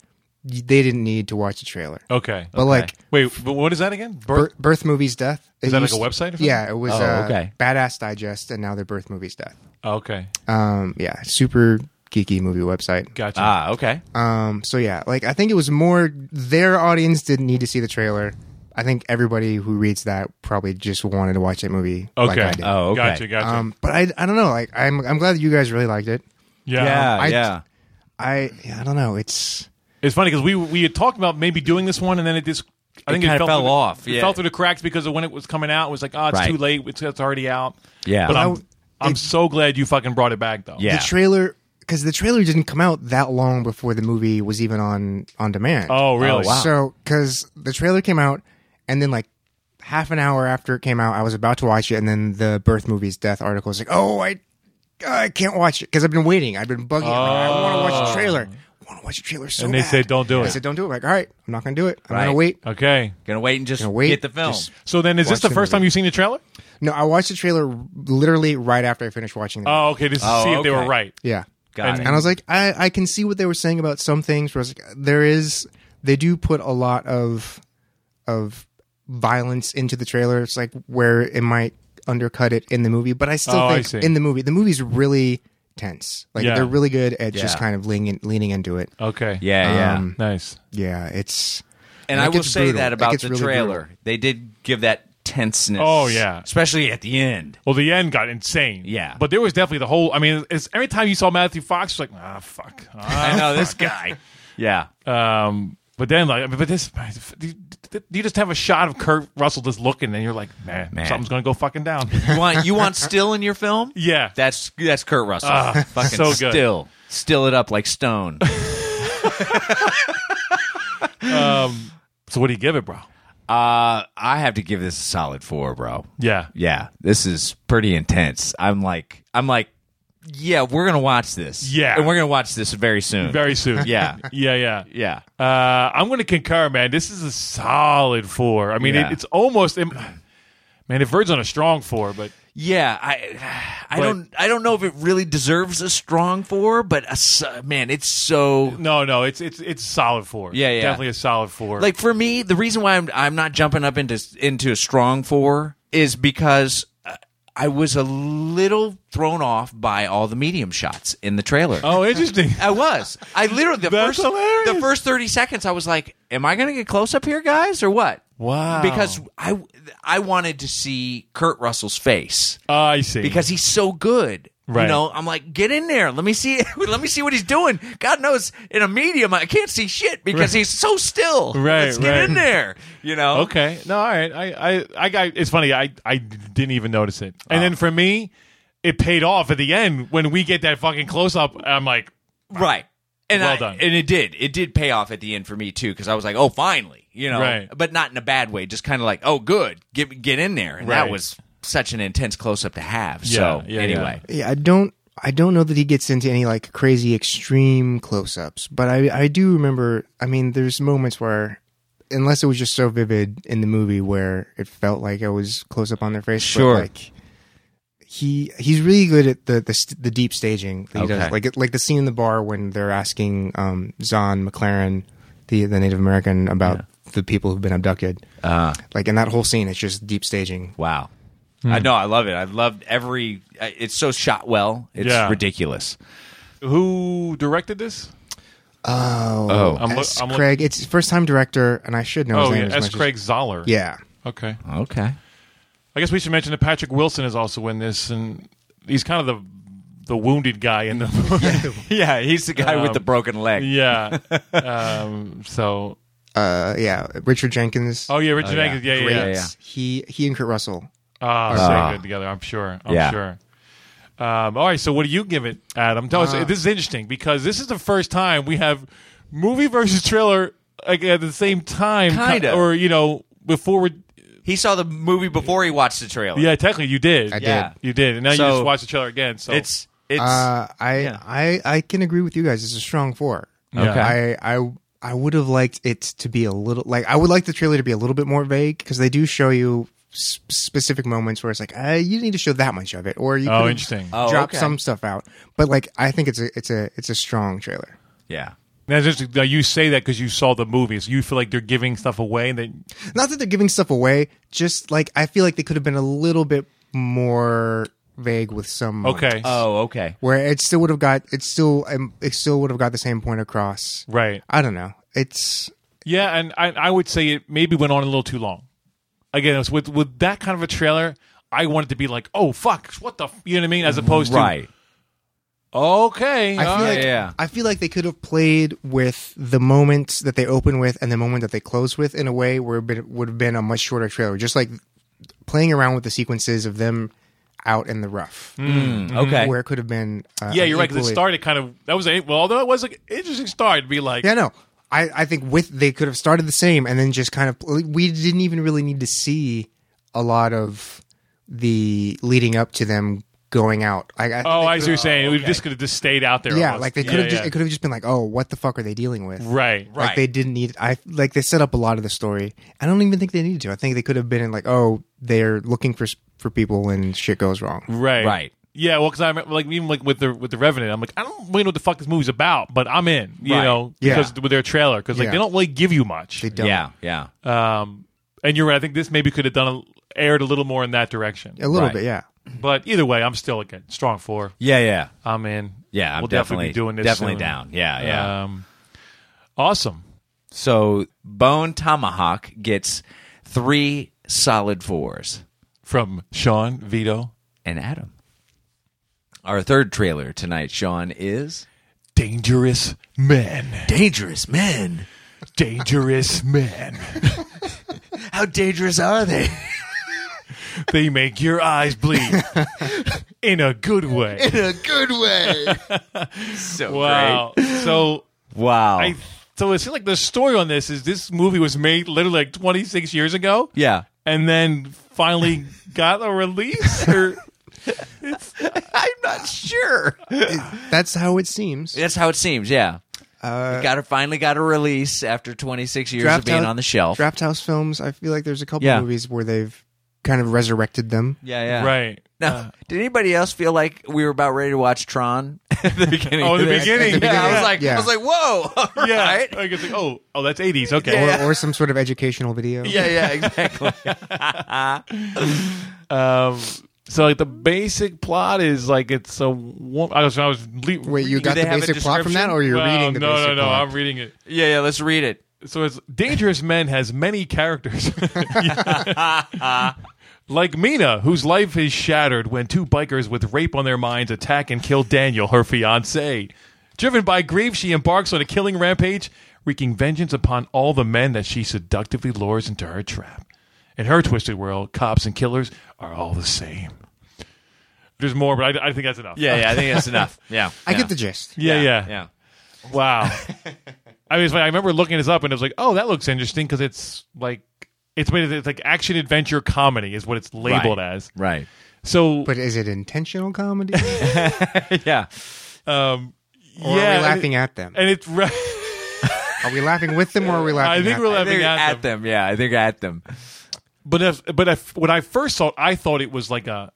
Speaker 3: y- they didn't need to watch the trailer.
Speaker 2: Okay.
Speaker 3: But like
Speaker 2: Wait, but what is that again? Bur-
Speaker 3: Bir- Birth Movie's Death. Is
Speaker 2: that like a website or something?
Speaker 3: Yeah, it was
Speaker 1: Oh,
Speaker 3: uh,
Speaker 1: okay.
Speaker 3: Badass Digest, and now they're Birth Movie's Death.
Speaker 2: oh, okay.
Speaker 3: Um, yeah, super geeky movie website.
Speaker 2: Gotcha.
Speaker 1: Ah, okay.
Speaker 3: Um, so yeah, like I think it was more their audience didn't need to see the trailer. I think everybody who reads that probably just wanted to watch that movie.
Speaker 2: okay.
Speaker 3: Like I did.
Speaker 1: Oh, okay.
Speaker 2: Gotcha, gotcha.
Speaker 3: Um, but I, I don't know. Like I'm, I'm glad that you guys really liked it.
Speaker 2: Uh, yeah.
Speaker 1: yeah,
Speaker 3: I-
Speaker 1: yeah.
Speaker 3: I, yeah, I don't know. It's
Speaker 2: It's funny because we we had talked about maybe doing this one, and then it just I
Speaker 1: It
Speaker 2: think it
Speaker 1: kinda
Speaker 2: fell,
Speaker 1: fell
Speaker 2: through the-
Speaker 1: off,
Speaker 2: It
Speaker 1: yeah.
Speaker 2: fell through the cracks because of when it was coming out. It was like, oh, it's
Speaker 1: Right.
Speaker 2: too late. It's, it's already out.
Speaker 1: Yeah.
Speaker 2: But
Speaker 1: Well,
Speaker 2: I'm
Speaker 3: I-
Speaker 2: I'm so glad you fucking brought it back though.
Speaker 1: Yeah.
Speaker 3: the trailer because the trailer didn't come out that long before the movie was even on on demand.
Speaker 2: Oh, really?
Speaker 1: Oh, wow.
Speaker 3: So because the trailer came out, and then like half an hour after it came out, I was about to watch it, and then the birth movies death article was like, "Oh, I, I can't watch it because I've been waiting. I've been bugging. I'm like, I want to watch the trailer. I want to watch the trailer so
Speaker 2: Oh. And they
Speaker 3: bad."
Speaker 2: said, "Don't do
Speaker 3: I
Speaker 2: it."
Speaker 3: said, "Don't do it." I'm like, all right, I'm not gonna do it. I'm
Speaker 1: Right.
Speaker 3: gonna wait.
Speaker 2: Okay.
Speaker 1: Gonna wait and just
Speaker 3: Gonna wait.
Speaker 1: get the film.
Speaker 3: Just-
Speaker 2: So then, is this
Speaker 3: Watch
Speaker 2: the
Speaker 3: the
Speaker 2: first
Speaker 3: movie.
Speaker 2: time you've seen the trailer?
Speaker 3: No, I watched the trailer literally right after I finished watching. The movie.
Speaker 2: Oh, okay. Just to
Speaker 1: Oh,
Speaker 2: see if they were
Speaker 1: okay.
Speaker 2: right.
Speaker 3: yeah.
Speaker 1: Got
Speaker 2: And-
Speaker 1: it.
Speaker 3: And I was like, I, I can see what they were saying about some things. Where I was like, there is, they do put a lot of, of violence into the trailer. It's like where it might undercut it in the movie, but I still
Speaker 2: Oh, I
Speaker 3: think
Speaker 2: see.
Speaker 3: in the movie, the movie's really tense. Like
Speaker 2: Yeah. Uh.
Speaker 3: they're really good at just
Speaker 1: Yeah.
Speaker 3: kind of leaning leaning into it.
Speaker 2: Okay.
Speaker 1: yeah, yeah.
Speaker 3: Um,
Speaker 2: Nice.
Speaker 3: Yeah, it's
Speaker 1: and
Speaker 3: it
Speaker 1: I will
Speaker 3: gets
Speaker 1: say
Speaker 3: brutal.
Speaker 1: that
Speaker 3: It
Speaker 1: about
Speaker 3: gets
Speaker 1: the
Speaker 3: really
Speaker 1: trailer.
Speaker 3: brutal.
Speaker 1: They did give that tenseness.
Speaker 2: Oh, yeah.
Speaker 1: especially at the end.
Speaker 2: Well, the end got insane.
Speaker 1: Yeah.
Speaker 2: but there was definitely the whole. I mean, it's, every time you saw Matthew Fox, it's like ah fuck. Ah,
Speaker 1: I know this guy. Yeah,
Speaker 2: Um, but then like, I mean, but this, you just have a shot of Kurt Russell just looking, and you're like, man,
Speaker 1: Man.
Speaker 2: something's gonna go fucking down.
Speaker 1: you want you want still in your film?
Speaker 2: yeah, Ah,
Speaker 1: That's that's Kurt Russell. Fucking
Speaker 2: so good.
Speaker 1: still, still it up like stone.
Speaker 2: So what do you give it, bro?
Speaker 1: Uh, I have to give this a solid four, bro.
Speaker 2: Yeah,
Speaker 1: Yeah, this is pretty intense. I'm like, I'm like, yeah, we're gonna watch this.
Speaker 2: Yeah.
Speaker 1: and we're gonna watch this very soon.
Speaker 2: very soon.
Speaker 1: Yeah.
Speaker 2: yeah, yeah.
Speaker 1: yeah.
Speaker 2: Uh, I'm going to concur, man. This is a solid four. I mean,
Speaker 1: Yeah.
Speaker 2: it, it's almost. It, man, it verges on a strong four, but
Speaker 1: Yeah, I, I
Speaker 2: But-
Speaker 1: don't, I don't know if it really deserves a strong four, but a, s- man, it's so
Speaker 2: no, no, it's it's it's a solid four.
Speaker 1: Yeah, yeah.
Speaker 2: definitely a solid four.
Speaker 1: like for me. The reason why I'm, I'm not jumping up into into a strong four is because uh, I was a little thrown off by all the medium shots in the trailer.
Speaker 2: oh, interesting.
Speaker 1: I was. I literally the
Speaker 2: That's
Speaker 1: first
Speaker 2: hilarious.
Speaker 1: the first thirty seconds. I was like, "Am I going to get close up here, guys, or what?"
Speaker 2: Wow.
Speaker 1: Because I I wanted to see Kurt Russell's face
Speaker 2: Ah, I see.
Speaker 1: because he's so good.
Speaker 2: Right.
Speaker 1: You know, I'm like, get in there. Let me see. Let me see what he's doing. God knows, in a medium, I can't see shit because he's so still.
Speaker 2: Right,
Speaker 1: Let's get
Speaker 2: right.
Speaker 1: in there. You know.
Speaker 2: okay, no, all right. I I I got. It's funny. I I didn't even notice it, and then for me, it paid off at the end when we get that fucking close up. I'm like,
Speaker 1: Right. And
Speaker 2: Well
Speaker 1: I-
Speaker 2: done.
Speaker 1: And it did. It did pay off at the end for me too, because I was like, oh, finally, you know.
Speaker 2: Right.
Speaker 1: But not in a bad way. Just kind of like, oh, good, get get in there. And
Speaker 2: Right.
Speaker 1: that was such an intense close up to have. so
Speaker 2: Yeah, yeah,
Speaker 1: anyway,
Speaker 3: Yeah, I don't I don't know that he gets into any like crazy extreme close ups, but I I do remember I mean there's moments where unless it was just so vivid in the movie where it felt like I was close up on their face.
Speaker 1: Sure.
Speaker 3: But, like he he's really good at the the, st- the deep staging that he
Speaker 1: Okay.
Speaker 3: does. Like like the scene in the bar when they're asking um Zahn McLaren, the the Native American about the people who've been abducted. Uh like in that whole scene it's just deep staging.
Speaker 1: wow.
Speaker 2: Hmm.
Speaker 1: I know. I love it. I loved every. I- It's so shot well. It's
Speaker 2: Yeah.
Speaker 1: ridiculous.
Speaker 2: who directed this?
Speaker 1: Oh,
Speaker 2: I'm loo-
Speaker 3: S.
Speaker 2: I'm loo-
Speaker 3: Craig, it's first time director, and I should know his
Speaker 2: Oh
Speaker 3: name
Speaker 2: yeah,
Speaker 3: as
Speaker 2: S.
Speaker 3: much as-
Speaker 2: Craig Zoller.
Speaker 3: Yeah.
Speaker 2: Okay.
Speaker 1: okay.
Speaker 2: I guess we should mention that Patrick Wilson is also in this, and he's kind of the the wounded guy in the movie.
Speaker 1: Yeah, he's the guy with the broken leg.
Speaker 2: Um, yeah. Um, so,
Speaker 3: Uh, yeah. Richard Jenkins.
Speaker 2: oh yeah, Richard Jenkins. Yeah, yeah, yeah.
Speaker 1: Great. yeah.
Speaker 3: He he and Kurt Russell.
Speaker 2: Ah,
Speaker 1: Ah.
Speaker 2: so good together. I'm sure. I'm
Speaker 1: Yeah.
Speaker 2: sure. Um, all right. So, what do you give it, Adam? Tell
Speaker 1: Uh,
Speaker 2: us. This is interesting because this is the first time we have movie versus trailer like, at the same time,
Speaker 1: Kinda.
Speaker 2: or you know, before we.
Speaker 1: He saw the movie before he watched the trailer.
Speaker 2: Yeah, technically you did.
Speaker 3: I did.
Speaker 1: Yeah.
Speaker 2: You did, and now
Speaker 1: So-
Speaker 2: you just watch the trailer again. So
Speaker 1: It's it's
Speaker 3: Uh, I
Speaker 1: Yeah.
Speaker 3: I I can agree with you guys. It's a strong four.
Speaker 1: Okay.
Speaker 3: I I I would have liked it to be a little like I would like the trailer to be a little bit more vague because they do show you s- specific moments where it's like uh, you need to show that much of it, or you
Speaker 2: Oh,
Speaker 3: could've
Speaker 2: interesting.
Speaker 1: Oh,
Speaker 3: Drop
Speaker 1: okay.
Speaker 3: some stuff out, but like I think it's a it's a it's a strong trailer.
Speaker 1: yeah.
Speaker 2: That's interesting. Now you say that because you saw the movies. You feel like they're giving stuff away. And that
Speaker 3: not that they're giving stuff away just like i feel like they could have been a little bit more vague with some
Speaker 2: okay,
Speaker 1: Oh, okay.
Speaker 3: where it still would have got it still um, it still would have got the same point across
Speaker 2: right?
Speaker 3: i don't know it's
Speaker 2: Yeah, and I, I would say it maybe went on a little too long. Again, it's with with that kind of a trailer, I wanted to be like, oh fuck, what the, f-? you know what I mean? As opposed
Speaker 1: Right. Mm,
Speaker 2: to okay, uh,
Speaker 3: i feel
Speaker 2: all
Speaker 3: like
Speaker 2: right.
Speaker 1: yeah.
Speaker 3: i feel like they could have played with the moments that they open with and the moment that they close with in a way where it would have been a much shorter trailer just like playing around with the sequences of them out in the rough
Speaker 1: Okay.
Speaker 3: where it could have been uh,
Speaker 2: Mm. yeah, you're right. Because it
Speaker 3: equally-
Speaker 2: started kind of that was a well, although it was an interesting start to be like,
Speaker 3: Yeah, no. I, I think with they could have started the same and then just kind of we didn't even really need to see a lot of the leading up to them going out. I, I
Speaker 2: oh, I see what you're saying. We just could have just stayed out there.
Speaker 3: yeah,
Speaker 2: almost.
Speaker 3: like they could
Speaker 2: Yeah,
Speaker 3: have just
Speaker 2: yeah.
Speaker 3: it could have just been like, oh, what the fuck are they dealing with?
Speaker 2: right, right.
Speaker 3: Like they didn't need I like they set up a lot of the story. I don't even think they needed to. I think they could have been in like, oh, they're looking for s- for people and shit goes wrong.
Speaker 2: Right.
Speaker 1: Right.
Speaker 2: Yeah, well, because I'm like even like with the with the Revenant, I'm like I don't really know what the fuck this movie's about, but I'm in, you
Speaker 1: Right.
Speaker 2: know,
Speaker 3: Yeah.
Speaker 2: because with their trailer, because like
Speaker 3: Yeah.
Speaker 2: they don't really give you much.
Speaker 3: They don't.
Speaker 1: Yeah, yeah.
Speaker 2: Um, and you're right. I think this maybe could have done a, aired a little more in that direction.
Speaker 3: A little
Speaker 1: Right.
Speaker 3: bit, yeah.
Speaker 2: But either way, I'm still again strong four.
Speaker 1: Yeah, yeah.
Speaker 2: I'm in.
Speaker 1: Yeah, I'm
Speaker 2: we'll
Speaker 1: definitely,
Speaker 2: be doing this.
Speaker 1: Definitely
Speaker 2: soon.
Speaker 1: down. Yeah, yeah.
Speaker 2: Um, awesome.
Speaker 1: so Bone Tomahawk gets three solid fours.
Speaker 2: from Sean Vito.
Speaker 1: And Adam. Our third trailer tonight, Sean, is
Speaker 2: Dangerous men.
Speaker 1: Dangerous Men.
Speaker 2: Dangerous men.
Speaker 1: How dangerous are they?
Speaker 2: They make your eyes bleed in a good way.
Speaker 3: In a good way.
Speaker 1: so
Speaker 2: Wow. So
Speaker 1: great. Wow.
Speaker 2: I so it seems like the story on this is this movie was made literally like 26 years ago.
Speaker 1: yeah.
Speaker 2: And then finally got a release or
Speaker 1: I'm not sure.
Speaker 3: That's how it seems.
Speaker 1: That's how it seems, yeah. Uh, got a, finally got a release after 26 years of
Speaker 3: Draft
Speaker 1: being
Speaker 3: House-
Speaker 1: on the shelf.
Speaker 3: Draft House films. I feel like there's a couple
Speaker 1: Yeah.
Speaker 3: movies where they've kind of resurrected them.
Speaker 1: yeah, yeah.
Speaker 2: right. Uh.
Speaker 1: Now, did anybody else feel like we were about ready to watch Tron at the beginning?
Speaker 2: Oh, the
Speaker 1: of this?
Speaker 2: beginning,
Speaker 1: Yeah, I was
Speaker 2: yeah.
Speaker 1: like, I
Speaker 3: Yeah.
Speaker 1: was like, whoa, all
Speaker 2: Yeah.
Speaker 1: right.
Speaker 2: Like it's like, oh, oh that's 80s. Okay.
Speaker 3: Or, or some sort of educational video.
Speaker 1: Yeah, yeah, exactly.
Speaker 2: Um, so like the basic plot is like it's a wo- I was I was le-
Speaker 3: Wait, you
Speaker 2: reading-
Speaker 3: got
Speaker 1: they
Speaker 3: the
Speaker 1: have a
Speaker 3: basic plot from that, or you're
Speaker 2: Well,
Speaker 3: reading the
Speaker 2: no
Speaker 3: basic
Speaker 2: no no
Speaker 3: plot?
Speaker 2: I'm reading it.
Speaker 1: yeah, yeah. Let's read it.
Speaker 2: So it's Dangerous Men has many characters. like Mina, whose life is shattered when two bikers with rape on their minds attack and kill Daniel, her fiance. Driven by grief, she embarks on a killing rampage, wreaking vengeance upon all the men that she seductively lures into her trap. In her twisted world, cops and killers are all the same. There's more, but I, I think that's enough.
Speaker 1: Yeah, yeah. I think that's enough. Yeah,
Speaker 3: I
Speaker 1: yeah.
Speaker 3: get the gist.
Speaker 2: yeah, yeah.
Speaker 1: yeah.
Speaker 2: Wow. I mean, it's funny, I remember looking this up and it was like, oh, that looks interesting because it's like it's made it's like action adventure comedy is what it's labeled
Speaker 1: Right.
Speaker 2: as.
Speaker 1: Right.
Speaker 2: So
Speaker 3: But is it intentional comedy?
Speaker 1: Yeah.
Speaker 2: um,
Speaker 3: Or
Speaker 2: yeah,
Speaker 3: are we laughing at them?
Speaker 2: and it's re-
Speaker 3: Are we laughing with them or are we laughing
Speaker 2: I think
Speaker 3: at
Speaker 2: we're
Speaker 3: them?
Speaker 1: I
Speaker 2: laughing
Speaker 1: think
Speaker 2: at,
Speaker 1: at
Speaker 2: them.
Speaker 1: them. Yeah, I think at them.
Speaker 2: But if, but if, when I first saw it, I thought it was like a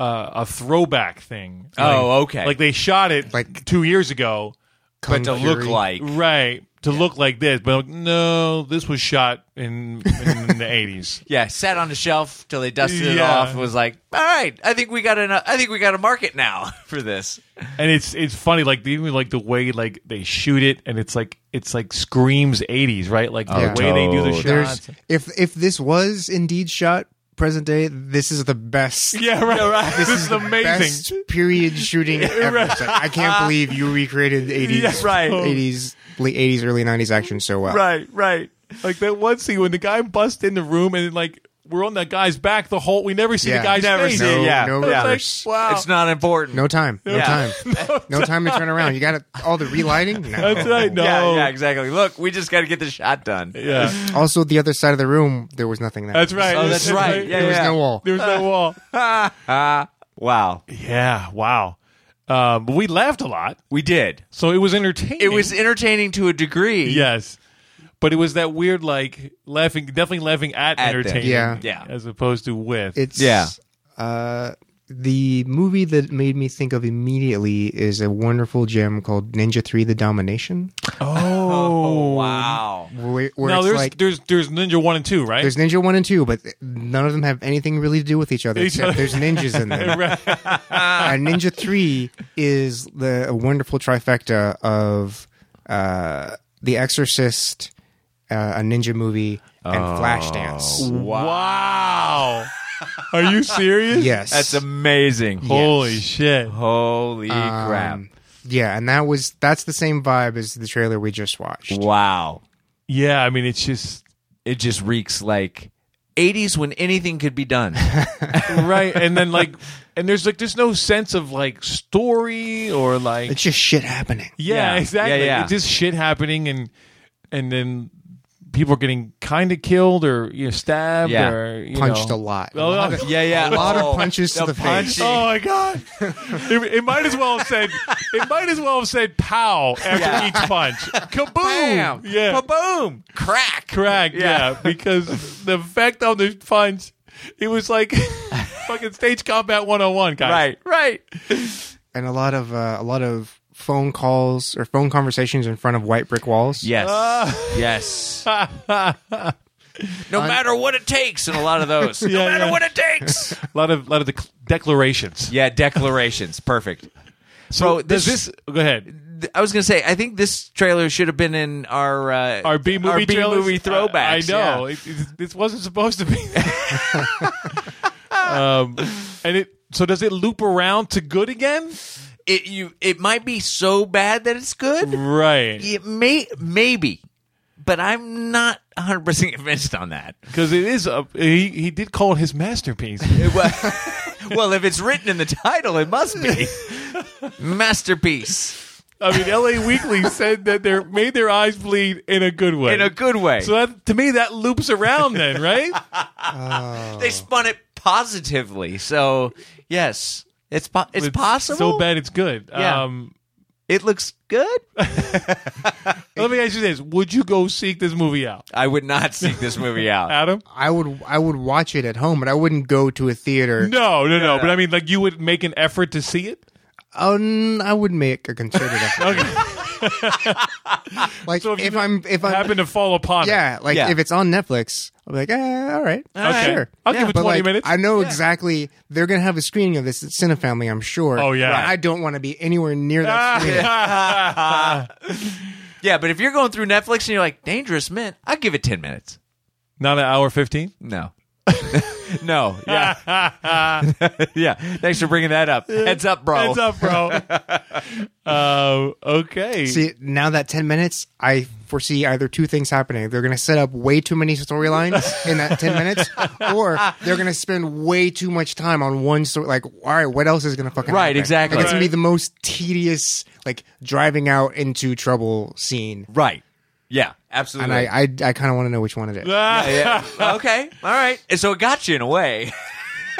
Speaker 2: uh, a throwback thing. Like-
Speaker 1: Oh, okay.
Speaker 2: Like they shot it like
Speaker 3: Like-
Speaker 2: two years ago,
Speaker 1: But
Speaker 3: Kung
Speaker 1: to look
Speaker 3: Fury.
Speaker 1: like
Speaker 2: right? To look like this, but no, this was shot in in the eighties.
Speaker 1: Yeah, sat on the shelf till they dusted it
Speaker 2: Yeah.
Speaker 1: off. and Was like, all right, I think we got enough. I think we got a market now for this.
Speaker 2: and it's it's funny like even like the way like they shoot it and it's like it's like screams 80s right like the
Speaker 3: Yeah.
Speaker 2: way they do the shots
Speaker 3: Oh, There's if if this was indeed shot present day, this is the best
Speaker 2: yeah right, right. This, is
Speaker 3: best
Speaker 2: amazing
Speaker 3: period shooting ever. It's like, I can't believe you recreated the 80s,
Speaker 2: Yeah, right.
Speaker 3: 80s, late 80s, early 90s action so well.
Speaker 2: right right like that one scene when the guy busts in the room and like we're on that guy's back the whole we never see
Speaker 3: Yeah.
Speaker 2: the guy's
Speaker 1: Never
Speaker 2: face
Speaker 1: see it,
Speaker 3: No,
Speaker 1: yeah.
Speaker 3: no
Speaker 1: Yeah.
Speaker 3: reverse.
Speaker 2: wow
Speaker 1: It's not important.
Speaker 3: No time. No
Speaker 1: Yeah.
Speaker 3: time. No time to turn around. You got it. All the relighting. No.
Speaker 2: that's right no
Speaker 1: Yeah, yeah, exactly. Look, we just got to get the shot done.
Speaker 2: Yeah.
Speaker 3: Also, the other side of the room, there was nothing there.
Speaker 2: that's right
Speaker 1: Oh, that's right. Yeah,
Speaker 3: There was
Speaker 1: yeah.
Speaker 3: no wall.
Speaker 2: there's no wall
Speaker 1: Wow,
Speaker 2: yeah wow um, but we laughed a lot
Speaker 1: we did.
Speaker 2: so it was entertaining
Speaker 1: It was entertaining to a degree.
Speaker 2: Yes. But it was that weird, like laughing, definitely laughing at,
Speaker 1: At them.
Speaker 2: entertaining,
Speaker 3: Yeah.
Speaker 1: Yeah.
Speaker 2: as opposed to with.
Speaker 3: It's
Speaker 1: Yeah.
Speaker 3: Uh, the movie that made me think of immediately is a wonderful gem called Ninja Three: The Domination.
Speaker 2: oh,
Speaker 1: Wow.
Speaker 3: Where, where
Speaker 2: Now
Speaker 3: it's
Speaker 2: there's
Speaker 3: like
Speaker 2: there's there's Ninja One and Two, right?
Speaker 3: there's Ninja One and Two, but none of them have anything really to do with each other.
Speaker 2: Each
Speaker 3: except
Speaker 2: other.
Speaker 3: there's ninjas in them. And Ninja Three is the a wonderful trifecta of uh, The Exorcist, uh, a ninja movie, and Flashdance.
Speaker 2: wow. Are you serious?
Speaker 3: Yes,
Speaker 1: That's amazing.
Speaker 2: Holy shit.
Speaker 1: Holy
Speaker 3: Um,
Speaker 1: crap.
Speaker 3: yeah, and that was that's the same vibe as the trailer we just watched.
Speaker 1: Wow.
Speaker 2: Yeah. I mean, it's just
Speaker 1: It just reeks like 80s when anything could be done.
Speaker 2: right. And then like, and there's like there's no sense of like story or like
Speaker 3: It's just shit happening.
Speaker 2: Yeah,
Speaker 1: Yeah.
Speaker 2: exactly.
Speaker 1: Yeah, yeah.
Speaker 2: It's just shit happening, and and then people are getting kind of killed or you know, stabbed
Speaker 1: Yeah.
Speaker 2: or you
Speaker 3: Punched
Speaker 2: know.
Speaker 3: a lot.
Speaker 2: Oh,
Speaker 3: A lot
Speaker 2: oh,
Speaker 3: of-
Speaker 1: yeah, yeah.
Speaker 3: A lot of
Speaker 1: Oh,
Speaker 3: punches to the face.
Speaker 1: punching.
Speaker 2: oh my god! it, it might as well have said. It might as well have said "pow" after
Speaker 1: Yeah.
Speaker 2: each punch. Kaboom!
Speaker 1: Bam.
Speaker 2: Yeah,
Speaker 1: Boom. Crack.
Speaker 2: crack. Yeah.
Speaker 1: Yeah.
Speaker 2: because the effect on the punch, it was like fucking stage combat 101, guys.
Speaker 1: Right. Right.
Speaker 3: and a lot of uh, a lot of phone calls or phone conversations in front of white brick walls.
Speaker 1: Yes. Ah. yes. no matter what it takes, and a lot of those. no
Speaker 2: Yeah,
Speaker 1: matter
Speaker 2: yeah.
Speaker 1: what it takes.
Speaker 2: A lot of lot of the declarations.
Speaker 1: yeah, declarations. Perfect.
Speaker 2: So
Speaker 1: Bro,
Speaker 2: does
Speaker 1: this-
Speaker 2: this? Go ahead.
Speaker 1: th- I was gonna say, I think this trailer should have been in our uh,
Speaker 2: Our B movie,
Speaker 1: our B
Speaker 2: trailers? Uh,
Speaker 1: movie throwbacks.
Speaker 2: I, I know
Speaker 1: yeah.
Speaker 2: it, it- this wasn't supposed to be. um, and it so does it loop around to good again?
Speaker 1: It you it might be so bad that it's good.
Speaker 2: Right,
Speaker 1: It may maybe, but I'm not 100 percent convinced on that.
Speaker 2: because it is a he. He did call it his masterpiece.
Speaker 1: It wa- well, if it's written in the title, it must be masterpiece
Speaker 2: I mean, L.A. Weekly said that they made their eyes bleed in a good way.
Speaker 1: in a good way.
Speaker 2: So that, to me, that loops around then, right?
Speaker 1: they spun it positively. So yes, it's po- it's, possible.
Speaker 2: So bad it's good.
Speaker 1: Yeah.
Speaker 2: Um,
Speaker 1: It looks good.
Speaker 2: let me ask you this: Would you go seek this movie out,
Speaker 1: I would not seek this movie out.
Speaker 2: Adam?
Speaker 3: I would I would watch it at home, but I wouldn't go to a theater.
Speaker 2: No, no, no. But I mean, like, you would make an effort to see it.
Speaker 3: Oh, n- I would make a concerted effort. like
Speaker 2: So if
Speaker 3: if,
Speaker 2: you
Speaker 3: I'm if I'm
Speaker 2: Happen to fall upon. it.
Speaker 3: yeah, like
Speaker 1: Yeah.
Speaker 3: if it's on Netflix, I'll be like, eh, all right,
Speaker 2: right.
Speaker 3: sure.
Speaker 2: I'll give it
Speaker 3: but
Speaker 2: 20
Speaker 3: like,
Speaker 2: minutes.
Speaker 3: I know exactly they're gonna have a screening of this at Cinefamily, I'm sure.
Speaker 2: Oh, yeah. Ah,
Speaker 3: And I don't want to be anywhere near that screening.
Speaker 1: yeah, but if you're going through Netflix and you're like Dangerous Men, I'd give it ten minutes.
Speaker 2: Not an hour fifteen.
Speaker 1: No. no. Yeah. yeah. Thanks for bringing that up. Heads up, bro.
Speaker 2: Heads up, bro. uh, okay.
Speaker 3: See, now that 10 minutes, I foresee either two things happening. They're going to set up way too many storylines in that 10 minutes, or they're going to spend way too much time on one story. Like, all right, what else is going to fucking
Speaker 1: Right,
Speaker 3: happen?
Speaker 1: exactly.
Speaker 3: Like, it's going to
Speaker 2: Right.
Speaker 3: be the most tedious, like, driving out into trouble scene.
Speaker 1: Right. Yeah.
Speaker 3: And
Speaker 1: Absolutely.
Speaker 3: I, I, I kind of want to know which one it is.
Speaker 1: Yeah. okay. All right. And so it got you in a way.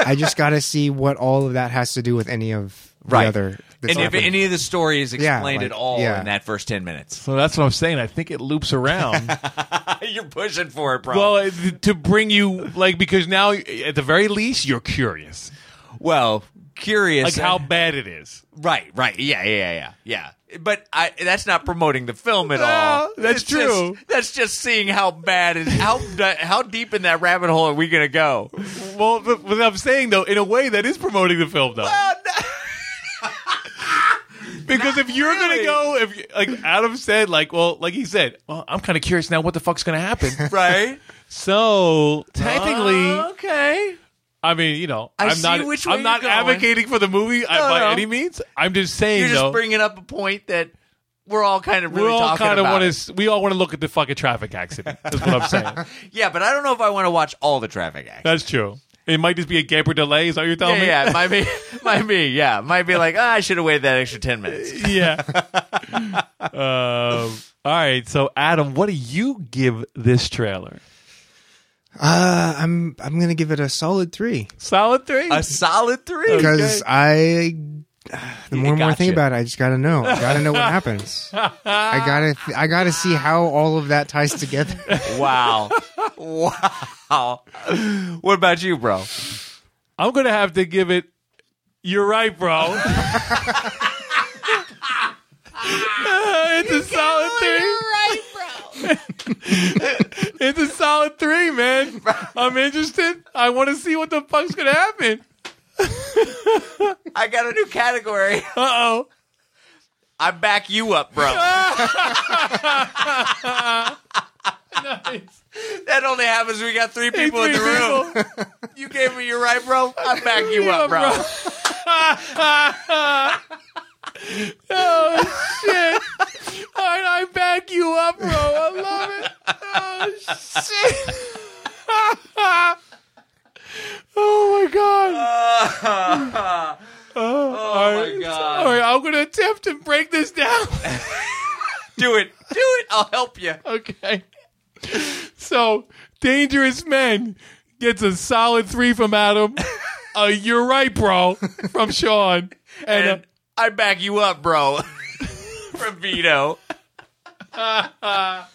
Speaker 3: I just got to see what all of that has to do with any of the
Speaker 1: Right.
Speaker 3: other. that's
Speaker 1: And if
Speaker 3: happening.
Speaker 1: any of the story is
Speaker 3: Yeah,
Speaker 1: explained at
Speaker 3: like,
Speaker 1: all
Speaker 3: yeah.
Speaker 1: in that first 10 minutes,
Speaker 2: So that's what I'm saying. I think it loops around.
Speaker 1: you're pushing for it, bro.
Speaker 2: well, uh, th- to bring you like because now at the very least you're curious,
Speaker 1: well
Speaker 2: like
Speaker 1: curious. eh?
Speaker 2: how bad it is.
Speaker 1: Right, right. Yeah, yeah, yeah, yeah. Yeah. But I, that's not promoting the film at
Speaker 2: No,
Speaker 1: all.
Speaker 2: that's
Speaker 1: It's
Speaker 2: true.
Speaker 1: just- that's just seeing how bad is how how deep in that rabbit hole are we going to go?
Speaker 2: Well, but what I'm saying though, in a way, that is promoting the film though. Because if you're
Speaker 1: really.
Speaker 2: gonna go, if like Adam said, like well, like he said, well, I'm kind of curious now. What the fuck's gonna happen?
Speaker 1: Right? Uh,
Speaker 2: so technically,
Speaker 1: okay.
Speaker 2: I mean, you know,
Speaker 1: I
Speaker 2: am
Speaker 1: see
Speaker 2: not,
Speaker 1: which way
Speaker 2: I'm
Speaker 1: you're
Speaker 2: not
Speaker 1: going.
Speaker 2: advocating for the movie I-
Speaker 1: No,
Speaker 2: by
Speaker 1: no.
Speaker 2: any means. I'm just saying
Speaker 1: You're just
Speaker 2: though,
Speaker 1: bringing up a point that we're all kind of really
Speaker 2: we all
Speaker 1: talking
Speaker 2: kind of
Speaker 1: about.
Speaker 2: want
Speaker 1: it.
Speaker 2: to, we all want to look at the fucking traffic accident. That's what I'm saying.
Speaker 1: Yeah, but I don't know if I want to watch all the traffic acts.
Speaker 2: That's true. It might just be a gap or delay. Is that what you're telling
Speaker 1: yeah,
Speaker 2: me?
Speaker 1: yeah, it might be, might be, yeah, might be like, ah, I should have waited that extra ten minutes.
Speaker 2: yeah. um, all right. So, Adam, what do you give this trailer?
Speaker 3: uh, I'm, I'm going to give it a solid three.
Speaker 2: Solid three.
Speaker 1: A solid three.
Speaker 3: because I. The more and more I think
Speaker 1: gotcha.
Speaker 3: about it, I just gotta know. I gotta know what happens. I gotta, I gotta see how all of that ties together.
Speaker 1: Wow, wow. What about you, bro?
Speaker 2: I'm gonna have to give it. You're right, bro. it's a solid three. it's a solid three, man. I'm interested. I want to see what the fuck's gonna happen.
Speaker 1: I got a new category.
Speaker 2: Uh oh.
Speaker 1: I back you up, bro. That only happens when we got three people in the room. You gave me your right, bro. I back you up, bro.
Speaker 2: oh shit! All right, I back you up, bro. I love it. Oh shit! oh my god! oh my
Speaker 1: God.
Speaker 2: All right, I'm gonna attempt to break this down.
Speaker 1: Do it. Do it. I'll help you.
Speaker 2: okay. So, Dangerous Men gets a solid three from Adam. Uh, you're right, bro, from Sean, and, uh,
Speaker 1: And I back you up, bro. From Vito.
Speaker 2: our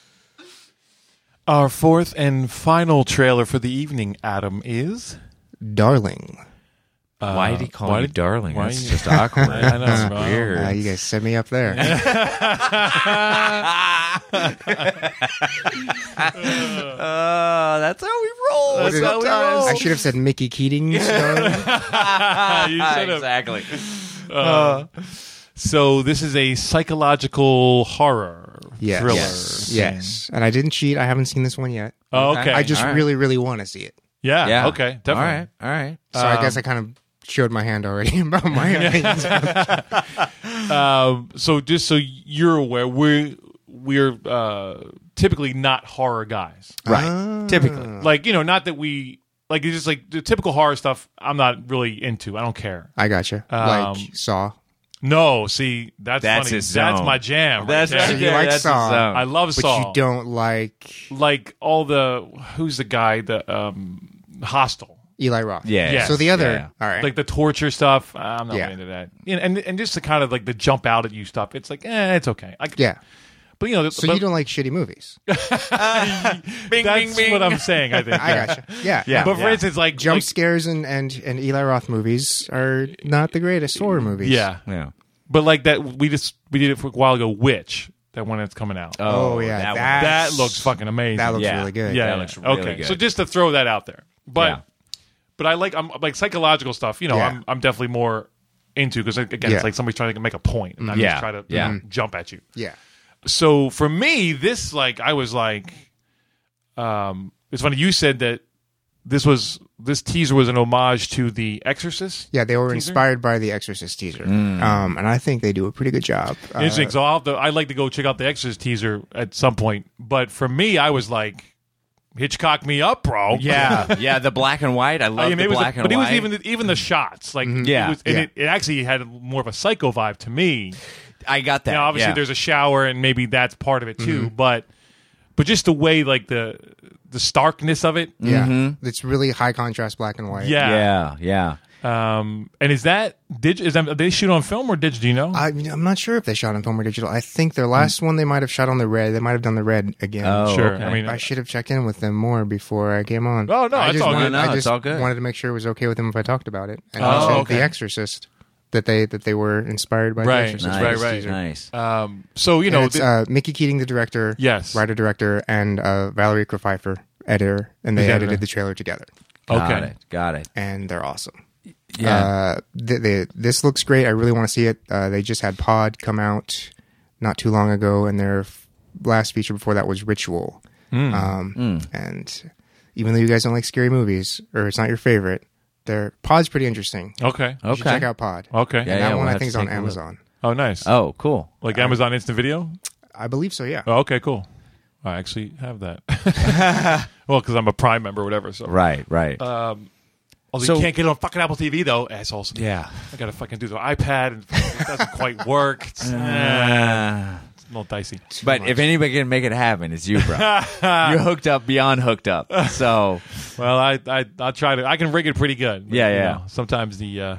Speaker 2: fourth and final trailer for the evening, Adam, is. uh,
Speaker 3: Darling, uh,
Speaker 1: Why did he call
Speaker 2: why
Speaker 1: you
Speaker 2: did-
Speaker 1: darling?
Speaker 2: why
Speaker 1: That's
Speaker 2: you-
Speaker 1: just awkward.
Speaker 2: I know,
Speaker 1: That's
Speaker 2: bro.
Speaker 1: weird.
Speaker 3: uh, you guys set me up there.
Speaker 1: Uh, that's how we roll.
Speaker 2: That's how we
Speaker 1: sometimes.
Speaker 2: roll.
Speaker 3: I should have said Mickey Keating's Darling.
Speaker 2: Ah, you
Speaker 1: Ah,
Speaker 2: should've.
Speaker 1: exactly.
Speaker 2: So this is a psychological horror
Speaker 3: Yes.
Speaker 2: thriller.
Speaker 1: Yes.
Speaker 3: Yes, and I didn't cheat. I haven't seen this one yet.
Speaker 2: Oh, okay.
Speaker 3: I just
Speaker 1: all right.
Speaker 3: really, really want to see it.
Speaker 2: yeah,
Speaker 1: Yeah.
Speaker 2: Okay. Definitely.
Speaker 1: All right. All right.
Speaker 3: So I guess I kind of showed my hand already about my opinions.
Speaker 2: Um, so just so you're aware, we're we're uh, typically not horror guys. Mm.
Speaker 1: Right. Typically.
Speaker 2: Like you know, not that we like. It's just like the typical horror stuff. I'm not really into. I don't care.
Speaker 3: I gotcha.
Speaker 2: Um,
Speaker 3: like Saw.
Speaker 2: No, see, that's
Speaker 1: That's
Speaker 2: funny.
Speaker 1: his
Speaker 2: That's
Speaker 1: zone.
Speaker 2: my jam. right
Speaker 1: That's
Speaker 2: there.
Speaker 1: right
Speaker 3: So you
Speaker 1: there.
Speaker 3: like
Speaker 1: that's
Speaker 3: Saw.
Speaker 1: his zone.
Speaker 2: I love
Speaker 3: But
Speaker 2: Saw.
Speaker 3: you don't like
Speaker 2: like all the who's the guy the um, hostile.
Speaker 3: Eli Roth.
Speaker 1: Yeah.
Speaker 2: Yes.
Speaker 3: So the other,
Speaker 1: Yeah.
Speaker 3: all right.
Speaker 2: like the torture stuff. I'm not
Speaker 3: Yeah.
Speaker 2: really into that. You know, and and just the kind of like the jump out at you stuff. It's like eh, it's okay. Like,
Speaker 3: yeah.
Speaker 2: but you know,
Speaker 3: So
Speaker 2: but
Speaker 3: you don't like shitty movies.
Speaker 2: that's what I'm saying. I think.
Speaker 3: I
Speaker 2: yeah.
Speaker 3: gotcha. Yeah.
Speaker 2: But for
Speaker 1: Yeah.
Speaker 2: instance, like
Speaker 3: Jump
Speaker 2: like-
Speaker 3: scares and, and, and Eli Roth movies are not the greatest horror movies.
Speaker 2: yeah,
Speaker 1: Yeah.
Speaker 2: but like that we just we did it for a while ago. Witch that one that's coming out.
Speaker 3: Oh, yeah.
Speaker 1: that one.
Speaker 2: that
Speaker 3: that's-
Speaker 2: looks fucking amazing.
Speaker 3: That looks
Speaker 1: Yeah.
Speaker 3: really good.
Speaker 2: yeah,
Speaker 1: That
Speaker 2: yeah.
Speaker 1: looks really
Speaker 2: okay.
Speaker 1: good.
Speaker 2: So just to throw that out there, but
Speaker 1: Yeah.
Speaker 2: but I like I'm like psychological stuff. You know,
Speaker 3: Yeah.
Speaker 2: I'm I'm definitely more into because again,
Speaker 3: Yeah.
Speaker 2: it's like somebody's trying to make a point and not
Speaker 1: Yeah.
Speaker 2: just try to
Speaker 1: Yeah. Mm-hmm.
Speaker 2: mm, jump at you.
Speaker 3: Yeah.
Speaker 2: So for me, this like I was like, um, it's funny you said that this was this teaser was an homage to The Exorcist.
Speaker 3: Yeah, they were
Speaker 2: Teaser?
Speaker 3: inspired by the Exorcist teaser,
Speaker 1: Mm.
Speaker 3: um, and I think they do a pretty good job. Uh,
Speaker 2: Interesting. so I'll have to, I'd like to go check out the Exorcist teaser at some point. But for me, I was like, Hitchcock me up, bro.
Speaker 1: Yeah. yeah. The black and white. I love
Speaker 2: I mean,
Speaker 1: the
Speaker 2: Oh, it was,
Speaker 1: black and
Speaker 2: but it
Speaker 1: white. Mm-hmm.
Speaker 2: was even the, even the shots, like
Speaker 1: Yeah,
Speaker 2: it, was, and
Speaker 3: yeah.
Speaker 2: It, it actually had more of a psycho vibe to me.
Speaker 1: I got that.
Speaker 2: Now, obviously,
Speaker 1: yeah. Mm-hmm.
Speaker 2: there's a shower, and maybe that's part of it too. But but just the way, like the the starkness of it, yeah.
Speaker 3: yeah, it's really high contrast black and white.
Speaker 1: Mm-hmm. Yeah. Yeah.
Speaker 2: Um, and is that did is that, did they shoot on film or did you know?
Speaker 3: I, I'm not sure if they shot on film or digital. I think their last one they might have shot on the red. They might have done the red again.
Speaker 1: Mm. Oh,
Speaker 2: sure.
Speaker 1: okay.
Speaker 2: I mean,
Speaker 3: I should have checked in with them more before I came on.
Speaker 2: Oh, no,
Speaker 3: I
Speaker 2: it's
Speaker 3: just
Speaker 2: all good.
Speaker 3: wanted,
Speaker 1: No, no,
Speaker 3: I
Speaker 1: it's
Speaker 3: just
Speaker 1: all good.
Speaker 3: wanted to make sure it was okay with them if I talked about it. And
Speaker 2: Oh,
Speaker 3: mentioned
Speaker 2: okay.
Speaker 3: The Exorcist that they that they were inspired by.
Speaker 2: Right.
Speaker 3: The Exorcist.
Speaker 1: Nice.
Speaker 2: Right, right.
Speaker 1: Nice.
Speaker 2: um, so you
Speaker 3: And
Speaker 2: know,
Speaker 3: it's
Speaker 2: th-
Speaker 3: uh, Mickey Keating, the director,
Speaker 2: Yes.
Speaker 3: writer director, and uh, Valerie Pfeiffer, editor, and they
Speaker 2: The editor.
Speaker 3: edited the trailer together,
Speaker 1: Got
Speaker 2: okay.
Speaker 1: it. Got it.
Speaker 3: and they're awesome.
Speaker 1: Yeah.
Speaker 3: Uh, th- they, this looks great. I really want to see it. Uh, they just had Pod come out not too long ago, and their f- last feature before that was Ritual.
Speaker 1: Hmm.
Speaker 3: Um, And even though you guys don't like scary movies, or it's not your favorite, their Pod's pretty interesting.
Speaker 2: Okay.
Speaker 3: You should
Speaker 1: Okay.
Speaker 3: check out Pod.
Speaker 2: Okay.
Speaker 1: Oh. Yeah,
Speaker 3: And that
Speaker 1: yeah,
Speaker 3: one
Speaker 1: we'll
Speaker 3: I
Speaker 1: have to
Speaker 3: think is on
Speaker 1: take a look.
Speaker 3: Amazon.
Speaker 2: Oh, nice.
Speaker 1: Oh, cool.
Speaker 2: like Amazon Instant Video.
Speaker 3: I believe so. Yeah.
Speaker 2: Oh, okay, cool. I actually have that. well, because I'm a Prime member, or whatever. So
Speaker 1: Right. Right.
Speaker 2: Uh, Although
Speaker 1: So-
Speaker 2: you can't get it on fucking Apple TV though, assholes.
Speaker 1: yeah.
Speaker 2: I gotta fucking do the iPad, and it doesn't quite work. It's, eh,
Speaker 1: Uh,
Speaker 2: it's a little dicey.
Speaker 1: but if anybody can make it happen, it's you, bro. You're hooked up beyond hooked up. So
Speaker 2: Well, I I I try to. I can rig it pretty good.
Speaker 1: Yeah,
Speaker 2: you
Speaker 1: yeah.
Speaker 2: know, sometimes the uh,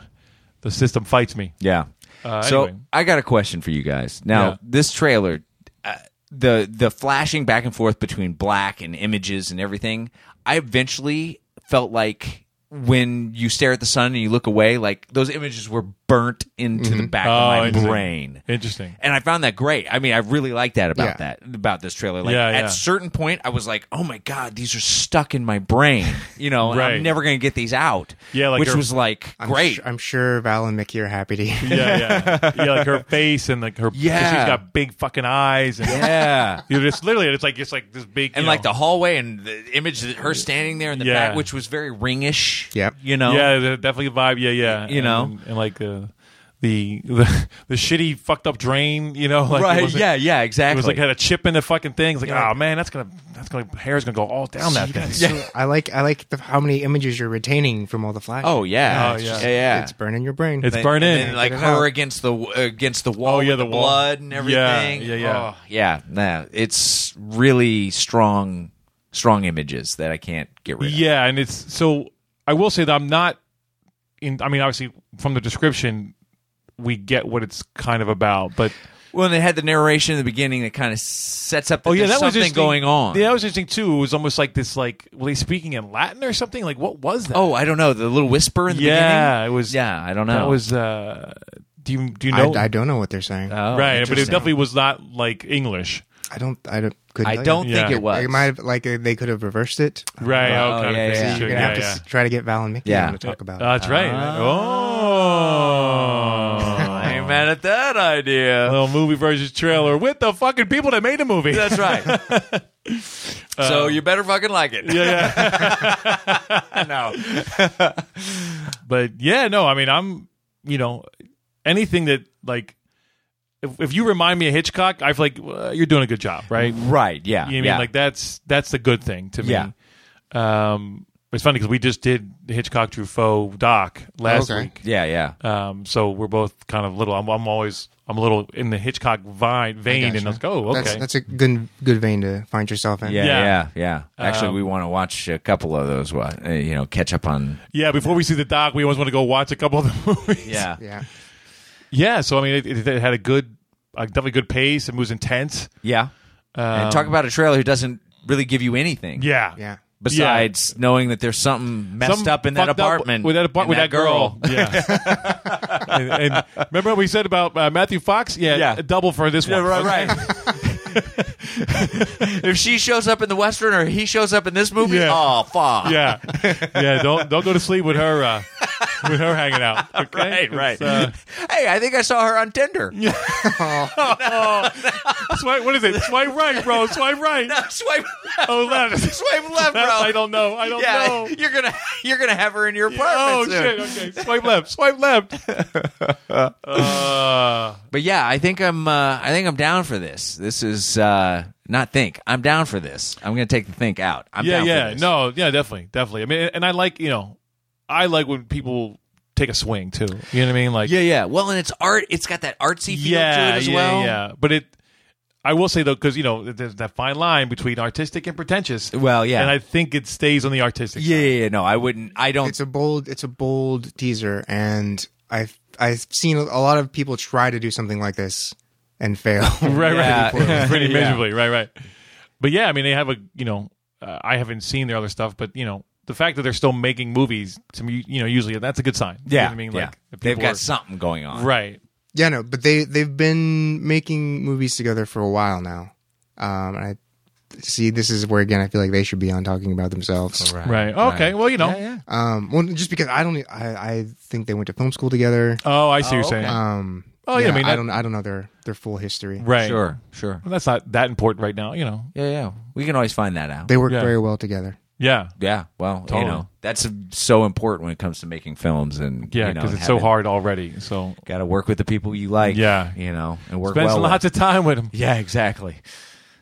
Speaker 2: the system fights me.
Speaker 1: yeah.
Speaker 2: Uh,
Speaker 1: so
Speaker 2: anyway.
Speaker 1: I got a question for you guys. Now
Speaker 2: Yeah.
Speaker 1: this trailer, uh, the the flashing back and forth between black and images and everything. I eventually felt like when you stare at the sun and you look away, like those images were burnt into
Speaker 3: Mm-hmm.
Speaker 1: the back
Speaker 2: Oh,
Speaker 1: of my
Speaker 2: interesting.
Speaker 1: brain.
Speaker 2: Interesting.
Speaker 1: and I found that great. I mean, I really like that about
Speaker 3: Yeah.
Speaker 1: that about this trailer. Like
Speaker 2: Yeah,
Speaker 1: at
Speaker 2: yeah.
Speaker 1: certain point, I was like, "Oh my god, these are stuck in my brain," you know, and
Speaker 2: Right.
Speaker 1: I'm never gonna get these out.
Speaker 2: Yeah, like
Speaker 1: which
Speaker 2: you're-
Speaker 1: was like
Speaker 3: I'm
Speaker 1: great.
Speaker 3: su- I'm sure Val and Mickey are happy to hear.
Speaker 2: Yeah, yeah, yeah. Like her face and like her. 'cause
Speaker 1: Yeah.
Speaker 2: she's got big fucking eyes. And
Speaker 1: yeah.
Speaker 2: You're just literally. It's like it's like this big.
Speaker 1: And
Speaker 2: you
Speaker 1: like
Speaker 2: know-
Speaker 1: the hallway and the image of her standing there in the
Speaker 2: Yeah.
Speaker 1: back, which was very ringish.
Speaker 3: Yep.
Speaker 1: You know?
Speaker 2: Yeah, the- definitely the vibe. Yeah, yeah.
Speaker 1: You know?
Speaker 2: and, and like uh, the the the shitty fucked up drain. You know, like it
Speaker 1: right.
Speaker 2: wasn't-
Speaker 1: yeah, yeah,
Speaker 2: It
Speaker 1: exactly.
Speaker 2: was like had a chip in the fucking thing. It's like, oh man, that's gonna that's gonna hair's gonna go all down that thing.
Speaker 3: So I like I like the, how many images you're retaining from all the flashes.
Speaker 1: oh, yeah.
Speaker 2: Oh,
Speaker 1: It's
Speaker 2: yeah.
Speaker 1: just- yeah. yeah.
Speaker 3: it's burning your brain.
Speaker 2: It's
Speaker 1: And-
Speaker 2: burned
Speaker 1: and
Speaker 2: in.
Speaker 1: then, like
Speaker 3: Get it
Speaker 1: her
Speaker 3: out.
Speaker 1: against the uh, against the wall.
Speaker 2: Oh, yeah,
Speaker 1: with
Speaker 2: the
Speaker 1: the,
Speaker 2: wall.
Speaker 1: blood and
Speaker 2: Yeah,
Speaker 1: everything.
Speaker 2: yeah, yeah.
Speaker 1: Oh, yeah. Nah, it's really strong, strong images that I can't get rid of.
Speaker 2: Yeah, and it's so I will say that I'm not in I mean obviously from the description we get what it's kind of about, but
Speaker 1: Well, and they had the narration in the beginning that kind of sets up. That
Speaker 2: oh yeah,
Speaker 1: there's
Speaker 2: that was
Speaker 1: something
Speaker 2: interesting.
Speaker 1: going on.
Speaker 2: Yeah, that was interesting too. It was almost like this like were they speaking in Latin or something? Like what was that?
Speaker 1: oh, I don't know. The little whisper in the
Speaker 2: yeah,
Speaker 1: beginning.
Speaker 2: it was.
Speaker 1: Yeah, I don't know.
Speaker 2: that was. uh Do you do you
Speaker 3: I,
Speaker 2: know?
Speaker 3: I don't know what they're saying.
Speaker 2: right,
Speaker 1: Oh,
Speaker 2: but it
Speaker 1: interesting.
Speaker 2: definitely was not like English.
Speaker 3: I don't. I don't. Couldn't
Speaker 1: I
Speaker 3: tell you.
Speaker 1: don't
Speaker 2: Yeah.
Speaker 1: think it was.
Speaker 3: They might have like uh, they could have reversed it.
Speaker 2: Right.
Speaker 1: Oh,
Speaker 2: oh, kind
Speaker 1: yeah,
Speaker 2: of thing.
Speaker 1: yeah, yeah.
Speaker 3: So you're gonna
Speaker 2: Yeah,
Speaker 3: have to
Speaker 2: yeah.
Speaker 3: s- try to get Val and Mickey
Speaker 1: Yeah.
Speaker 2: Oh.
Speaker 3: on to talk about
Speaker 2: Uh,
Speaker 3: it.
Speaker 2: That's right.
Speaker 1: Ah.
Speaker 2: oh.
Speaker 1: I fucking mad at that idea.
Speaker 2: little movie versus trailer with the fucking people that made the movie.
Speaker 1: That's right. Um, so you better fucking like it.
Speaker 2: yeah, yeah.
Speaker 1: no.
Speaker 2: But yeah, no, I mean, I'm, you know, anything that like, if, if you remind me of Hitchcock, I feel like uh, you're doing a good job, right?
Speaker 1: Right. Yeah.
Speaker 2: You know what I mean?
Speaker 1: yeah.
Speaker 2: Like that's that's the good thing to me.
Speaker 1: Yeah.
Speaker 2: Um, it's funny because we just did the Hitchcock Truffaut doc last
Speaker 3: Okay.
Speaker 2: week.
Speaker 1: Yeah. Yeah.
Speaker 2: Um, so we're both kind of little. I'm, I'm always I'm a little in the Hitchcock vine vein, and I was like, oh, okay,
Speaker 3: That's, that's a good good vein to find yourself in.
Speaker 1: Yeah,
Speaker 2: Yeah. Um,
Speaker 1: yeah, yeah, Actually, we want to watch a couple of those. wa- uh, You know, catch up on.
Speaker 2: yeah. Before we see the doc, we always want to go watch a couple of the movies.
Speaker 3: yeah.
Speaker 2: yeah. So I mean, it, it, it had a good, uh, definitely good pace. It was intense.
Speaker 1: yeah. and talk about a trailer who doesn't really give you anything.
Speaker 2: Um, Yeah,
Speaker 3: Yeah.
Speaker 1: Besides knowing that there's something messed
Speaker 2: Something
Speaker 1: up in that
Speaker 2: fucked up
Speaker 1: apartment
Speaker 2: with that apart-
Speaker 1: and
Speaker 2: with that, girl. Yeah. and, and remember what we said about uh, Matthew Fox? Yeah,
Speaker 1: Yeah.
Speaker 2: a double for this
Speaker 1: Yeah,
Speaker 2: one.
Speaker 1: right, right. if she shows up in the western or he shows up in this movie,
Speaker 2: Yeah.
Speaker 1: oh fuck.
Speaker 2: yeah, yeah. Don't don't go to sleep with her uh, with her hanging out. Okay?
Speaker 1: Right, right.
Speaker 2: It's, uh,
Speaker 1: hey, I think I saw her on Tinder.
Speaker 2: swipe. What is it? Swipe right, bro. Swipe right.
Speaker 1: Swipe,
Speaker 2: Oh, left.
Speaker 1: swipe left, bro.
Speaker 2: Left, I don't know. I don't
Speaker 1: yeah,
Speaker 2: know.
Speaker 1: you're gonna you're gonna have her in your
Speaker 2: Oh
Speaker 1: apartment. soon.
Speaker 2: shit! Okay, swipe left. Swipe left. Uh,
Speaker 1: But yeah, I think I'm uh, I think I'm down for this. This is uh, not think. I'm down for this. I'm gonna take the think out. I'm
Speaker 2: yeah,
Speaker 1: down
Speaker 2: yeah.
Speaker 1: for this.
Speaker 2: No, yeah, definitely, definitely. I mean, and I like you know, I like when people take a swing too. You know what I mean? Like,
Speaker 1: Yeah, yeah. Well, and it's art. It's got that artsy feel to it as
Speaker 2: yeah,
Speaker 1: well.
Speaker 2: yeah. But it, I will say though, because you know, there's that fine line between artistic and pretentious.
Speaker 1: Well, yeah.
Speaker 2: and I think it stays on the artistic.
Speaker 1: yeah,
Speaker 2: side.
Speaker 1: yeah, yeah. No, I wouldn't. I don't.
Speaker 3: It's a bold it's a bold teaser and I've I've seen a lot of people try to do something like this and fail.
Speaker 2: right,
Speaker 1: Yeah.
Speaker 2: right. Pretty, pretty
Speaker 1: Yeah.
Speaker 2: miserably, right, right. But yeah, I mean, they have a you know, uh, I haven't seen their other stuff, but you know, the fact that they're still making movies to me, you know, usually that's a good sign. You know
Speaker 1: yeah,
Speaker 2: what I mean,
Speaker 1: yeah.
Speaker 2: like if
Speaker 1: they've
Speaker 2: people
Speaker 1: got
Speaker 2: are-
Speaker 1: something going on.
Speaker 2: right.
Speaker 3: Yeah, no, but they they've been making movies together for a while now. Um, and I see this is where again I feel like they should be on talking about themselves.
Speaker 2: Right. Okay. Well, you know.
Speaker 3: Um, well, just because I don't, I, I think they went to film school together.
Speaker 2: Oh, I see what you're saying.
Speaker 3: Um,
Speaker 2: Oh, yeah, I mean,
Speaker 3: I
Speaker 2: that-
Speaker 3: don't, I don't know their their full history.
Speaker 2: right.
Speaker 1: Sure, sure.
Speaker 2: Well, that's not that important right now. You know.
Speaker 1: Yeah, yeah. We can always find that out.
Speaker 3: They work
Speaker 2: Yeah.
Speaker 3: very well together.
Speaker 2: Yeah.
Speaker 1: yeah. Well,
Speaker 2: Totally.
Speaker 1: you know, that's so important when it comes to making films and
Speaker 2: Yeah,
Speaker 1: you know,
Speaker 2: because it's so
Speaker 1: having-
Speaker 2: hard already. So
Speaker 1: Got to work with the people you like.
Speaker 2: Yeah.
Speaker 1: you know, and work
Speaker 2: spends
Speaker 1: well.
Speaker 2: lots
Speaker 1: with.
Speaker 2: of time with him.
Speaker 1: yeah, exactly.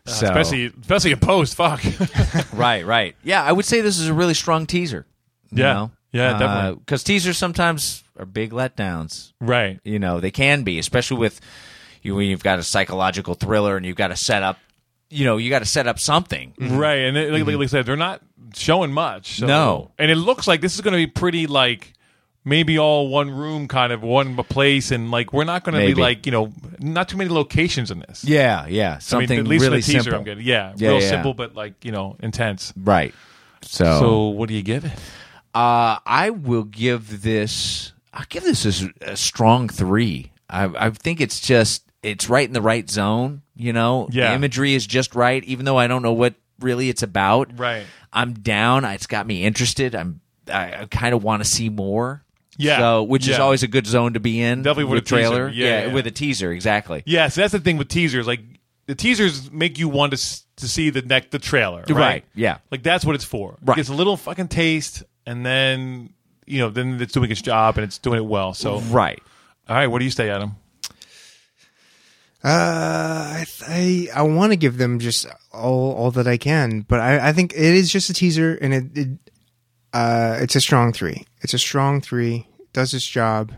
Speaker 1: so,
Speaker 2: Especially, especially in post. Fuck.
Speaker 1: right, right. Yeah, I would say this is a really strong teaser. you
Speaker 2: Yeah.
Speaker 1: know?
Speaker 2: Yeah, definitely.
Speaker 1: Because teasers sometimes are big letdowns.
Speaker 2: right.
Speaker 1: You know, they can be, especially with you when you've got a psychological thriller and you've got to set up. You know, you got to set up something.
Speaker 2: Right. And it, like, like I said, they're not showing much. so-
Speaker 1: Mm-hmm. No.
Speaker 2: And it looks like this is going to be pretty like maybe all one room kind of one place, and like we're not going to be
Speaker 1: Maybe.
Speaker 2: like you know not too many locations in this.
Speaker 1: Yeah, yeah.
Speaker 2: I mean,
Speaker 1: Something
Speaker 2: at least in
Speaker 1: really
Speaker 2: the teaser
Speaker 1: simple.
Speaker 2: I'm getting. Yeah,
Speaker 1: Yeah,
Speaker 2: real
Speaker 1: yeah. Oh.
Speaker 2: simple, but like you know intense.
Speaker 1: Right. So,
Speaker 2: So what do you give it?
Speaker 1: uh, I will give this. I'll give this a, a strong three. I, I think it's just it's right in the right zone. You know,
Speaker 2: Yeah.
Speaker 1: the imagery is just right. Even though I don't know what really it's about.
Speaker 2: Right.
Speaker 1: I'm down. It's got me interested. I'm. I, I kind of want to see more.
Speaker 2: Yeah.
Speaker 1: So, which is
Speaker 2: Yeah.
Speaker 1: always a good zone to be in.
Speaker 2: Definitely with a teaser.
Speaker 1: trailer.
Speaker 2: Yeah, yeah.
Speaker 1: with a teaser. Exactly.
Speaker 2: Yeah, so that's the thing with teasers. Like the teasers make you want to s- to see the next the trailer, right?
Speaker 1: Right, yeah.
Speaker 2: like that's what it's for.
Speaker 1: Right.
Speaker 2: it's a little fucking taste, and then you know, then it's doing its job and it's doing it well. So,
Speaker 1: Right.
Speaker 2: all right, what do you say, Adam?
Speaker 3: Uh, I th- I, I want to give them just all all that I can, but I, I think it is just a teaser, and it, it uh, it's a strong three. It's a strong three. Does its job.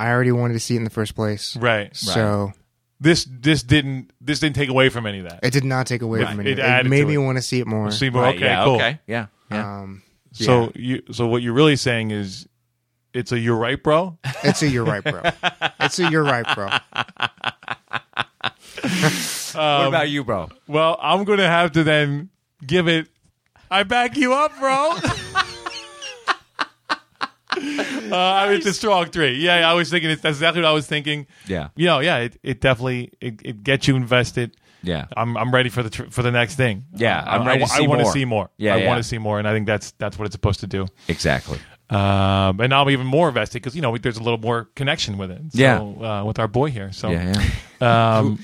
Speaker 3: I already wanted to see it in the first place,
Speaker 2: Right.
Speaker 3: So
Speaker 2: This this didn't this didn't take away from any of that.
Speaker 3: it did not take away
Speaker 2: Right.
Speaker 3: from
Speaker 2: It
Speaker 3: it. It,
Speaker 2: added
Speaker 3: made
Speaker 2: to
Speaker 3: me
Speaker 2: it.
Speaker 3: want to see it more.
Speaker 2: See, but
Speaker 1: Right,
Speaker 2: okay,
Speaker 1: yeah,
Speaker 2: cool.
Speaker 1: Okay. Yeah. Yeah.
Speaker 3: Um,
Speaker 2: So you so what you're really saying is, it's a you're right, bro.
Speaker 3: it's a you're right, bro. It's a you're right, bro.
Speaker 1: what about you, bro?
Speaker 2: Well, I'm gonna have to then give it. I back you up, bro. Uh, I mean, it's a strong three. Yeah, yeah, I was thinking it's, that's exactly what I was thinking.
Speaker 1: Yeah.
Speaker 2: you know, yeah, it, it definitely it, it gets you invested.
Speaker 1: Yeah.
Speaker 2: I'm I'm ready for the tr- for the next thing.
Speaker 1: Yeah, I'm ready to see
Speaker 2: want
Speaker 1: more.
Speaker 2: see more.
Speaker 1: Yeah,
Speaker 2: I
Speaker 1: yeah.
Speaker 2: want to see more, and I think that's that's what it's supposed to do.
Speaker 1: Exactly.
Speaker 2: Um, and now I'm even more invested because you know there's a little more connection with it. So,
Speaker 1: Yeah.
Speaker 2: uh, with our boy here. So
Speaker 1: Yeah, yeah.
Speaker 2: Um,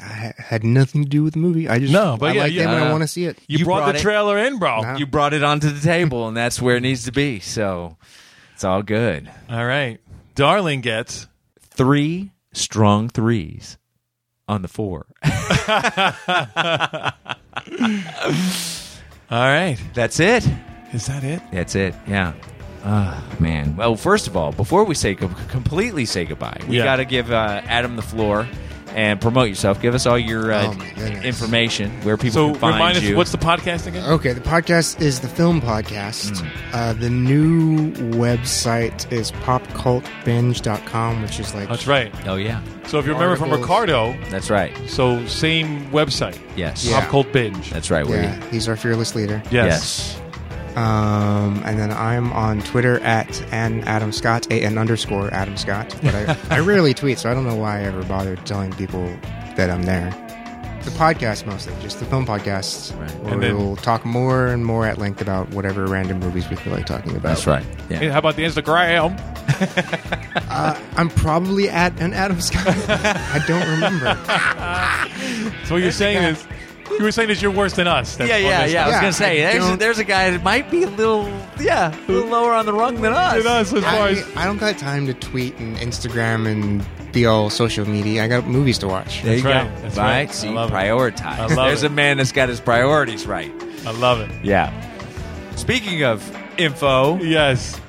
Speaker 3: I had nothing to do with the movie. I just
Speaker 2: No, but
Speaker 3: I
Speaker 2: yeah,
Speaker 3: like
Speaker 2: yeah,
Speaker 3: them and
Speaker 2: uh,
Speaker 3: I want to see it.
Speaker 2: you,
Speaker 1: You
Speaker 2: brought,
Speaker 1: brought
Speaker 2: the
Speaker 1: it.
Speaker 2: trailer in, bro.
Speaker 3: Nah.
Speaker 2: You-
Speaker 1: You brought it onto the table, and that's where it needs to be. So it's all good.
Speaker 2: all right, darling gets.
Speaker 1: Three strong threes on the four.
Speaker 2: All right,
Speaker 1: That's it.
Speaker 2: is that it?
Speaker 1: That's it. Yeah. Ah, man. Well, first of all, before we say com- completely say goodbye, we
Speaker 2: Yeah.
Speaker 1: got to give uh, Adam the floor and promote yourself. Give us all your uh,
Speaker 3: Oh, my goodness.
Speaker 1: information where people
Speaker 2: So
Speaker 1: can find
Speaker 2: remind us,
Speaker 1: you.
Speaker 2: what's the podcast
Speaker 1: Uh,
Speaker 2: again?
Speaker 3: Okay, the podcast is the film podcast.
Speaker 2: Hmm.
Speaker 3: Uh, the new website is popcultbinge.com, which is like
Speaker 2: That's right.
Speaker 1: oh yeah,
Speaker 2: So if you remember from
Speaker 3: Articles.
Speaker 2: Ricardo,
Speaker 1: that's right.
Speaker 2: so same website.
Speaker 1: Yes,
Speaker 3: Yeah.
Speaker 2: Pop Cult Binge.
Speaker 1: that's right. Where
Speaker 3: yeah, he's our fearless leader.
Speaker 2: yes.
Speaker 1: Yes.
Speaker 3: Um, and then I'm on Twitter at an Adam Scott, a n underscore Adam Scott. But I, I rarely tweet, so I don't know why I ever bother telling people that I'm there. The podcast mostly, just the film podcast,
Speaker 1: Right.
Speaker 3: where
Speaker 2: And then-
Speaker 3: we'll talk more and more at length about whatever random movies we feel like talking about.
Speaker 1: that's right. Yeah.
Speaker 2: Hey, how about the Instagram?
Speaker 3: I'm probably at an Adam Scott. I don't remember.
Speaker 2: So what you're saying is, you were saying is you're worse than us. That's
Speaker 1: Yeah,
Speaker 2: what
Speaker 1: yeah,
Speaker 2: this-
Speaker 1: yeah. I was
Speaker 3: Yeah,
Speaker 1: gonna say
Speaker 3: I
Speaker 1: there's,
Speaker 3: don't-
Speaker 1: there's a guy that might be a little, yeah, a little lower on the rung than us.
Speaker 2: Than us as far
Speaker 3: I,
Speaker 2: as
Speaker 3: I don't got time to tweet and Instagram and be all social media. I got movies to watch.
Speaker 1: There
Speaker 2: That's
Speaker 1: you go.
Speaker 2: right. That's
Speaker 1: right.
Speaker 2: right. I
Speaker 1: See,
Speaker 2: love it.
Speaker 1: prioritize.
Speaker 2: I love
Speaker 1: there's
Speaker 2: it.
Speaker 1: a man that's got his priorities right.
Speaker 2: I love it.
Speaker 1: Yeah. Speaking of info,
Speaker 2: Yes.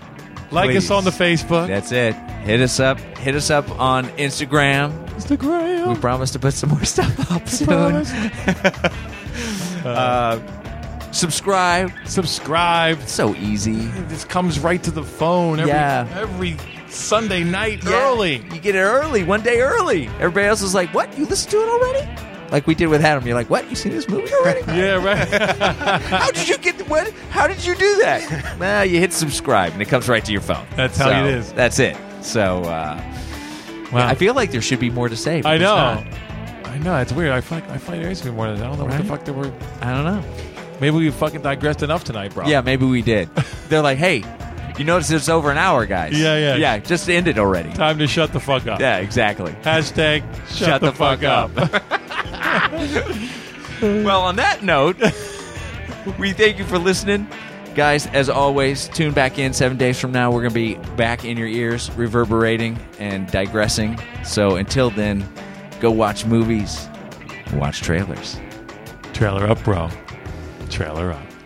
Speaker 2: Like
Speaker 1: Please.
Speaker 2: us on the Facebook.
Speaker 1: that's it. Hit us up. Hit us up on Instagram. We
Speaker 2: Instagram.
Speaker 1: promise to put some more stuff up soon. uh, subscribe.
Speaker 2: Subscribe.
Speaker 1: It's so easy.
Speaker 2: This comes right to the phone every,
Speaker 1: Yeah.
Speaker 2: every Sunday night
Speaker 1: Yeah.
Speaker 2: early.
Speaker 1: You get it early, one day early. Everybody else is like, "What? You listened to it already?" Like we did with Adam. You're like, "What? You seen this movie already?
Speaker 2: Yeah, right.
Speaker 1: How did you get what? How did you do that?" nah, you hit subscribe and it comes right to your phone.
Speaker 2: That's how it
Speaker 1: So,
Speaker 2: is.
Speaker 1: That's it. So uh,
Speaker 2: Wow.
Speaker 1: I feel like there should be more to say. but
Speaker 2: I
Speaker 1: there's
Speaker 2: know.
Speaker 1: not.
Speaker 2: I know. It's weird. I find, I find there is to be more than that. I don't know what the
Speaker 1: Right?
Speaker 2: fuck they were.
Speaker 1: I don't know.
Speaker 2: Maybe we fucking digressed enough tonight, bro.
Speaker 1: Yeah, maybe we did. They're like, "Hey, you notice it's over an hour, guys."
Speaker 2: Yeah, yeah.
Speaker 1: yeah. Just end it already.
Speaker 2: Time to shut the fuck up.
Speaker 1: Yeah, exactly.
Speaker 2: Hashtag shut, the, fuck, up.
Speaker 1: Well, on that note, we thank you for listening. Guys, as always, tune back in seven days from now. We're going to be back in your ears, reverberating and digressing. So until then, go watch movies, watch trailers.
Speaker 2: Trailer up, bro. Trailer up.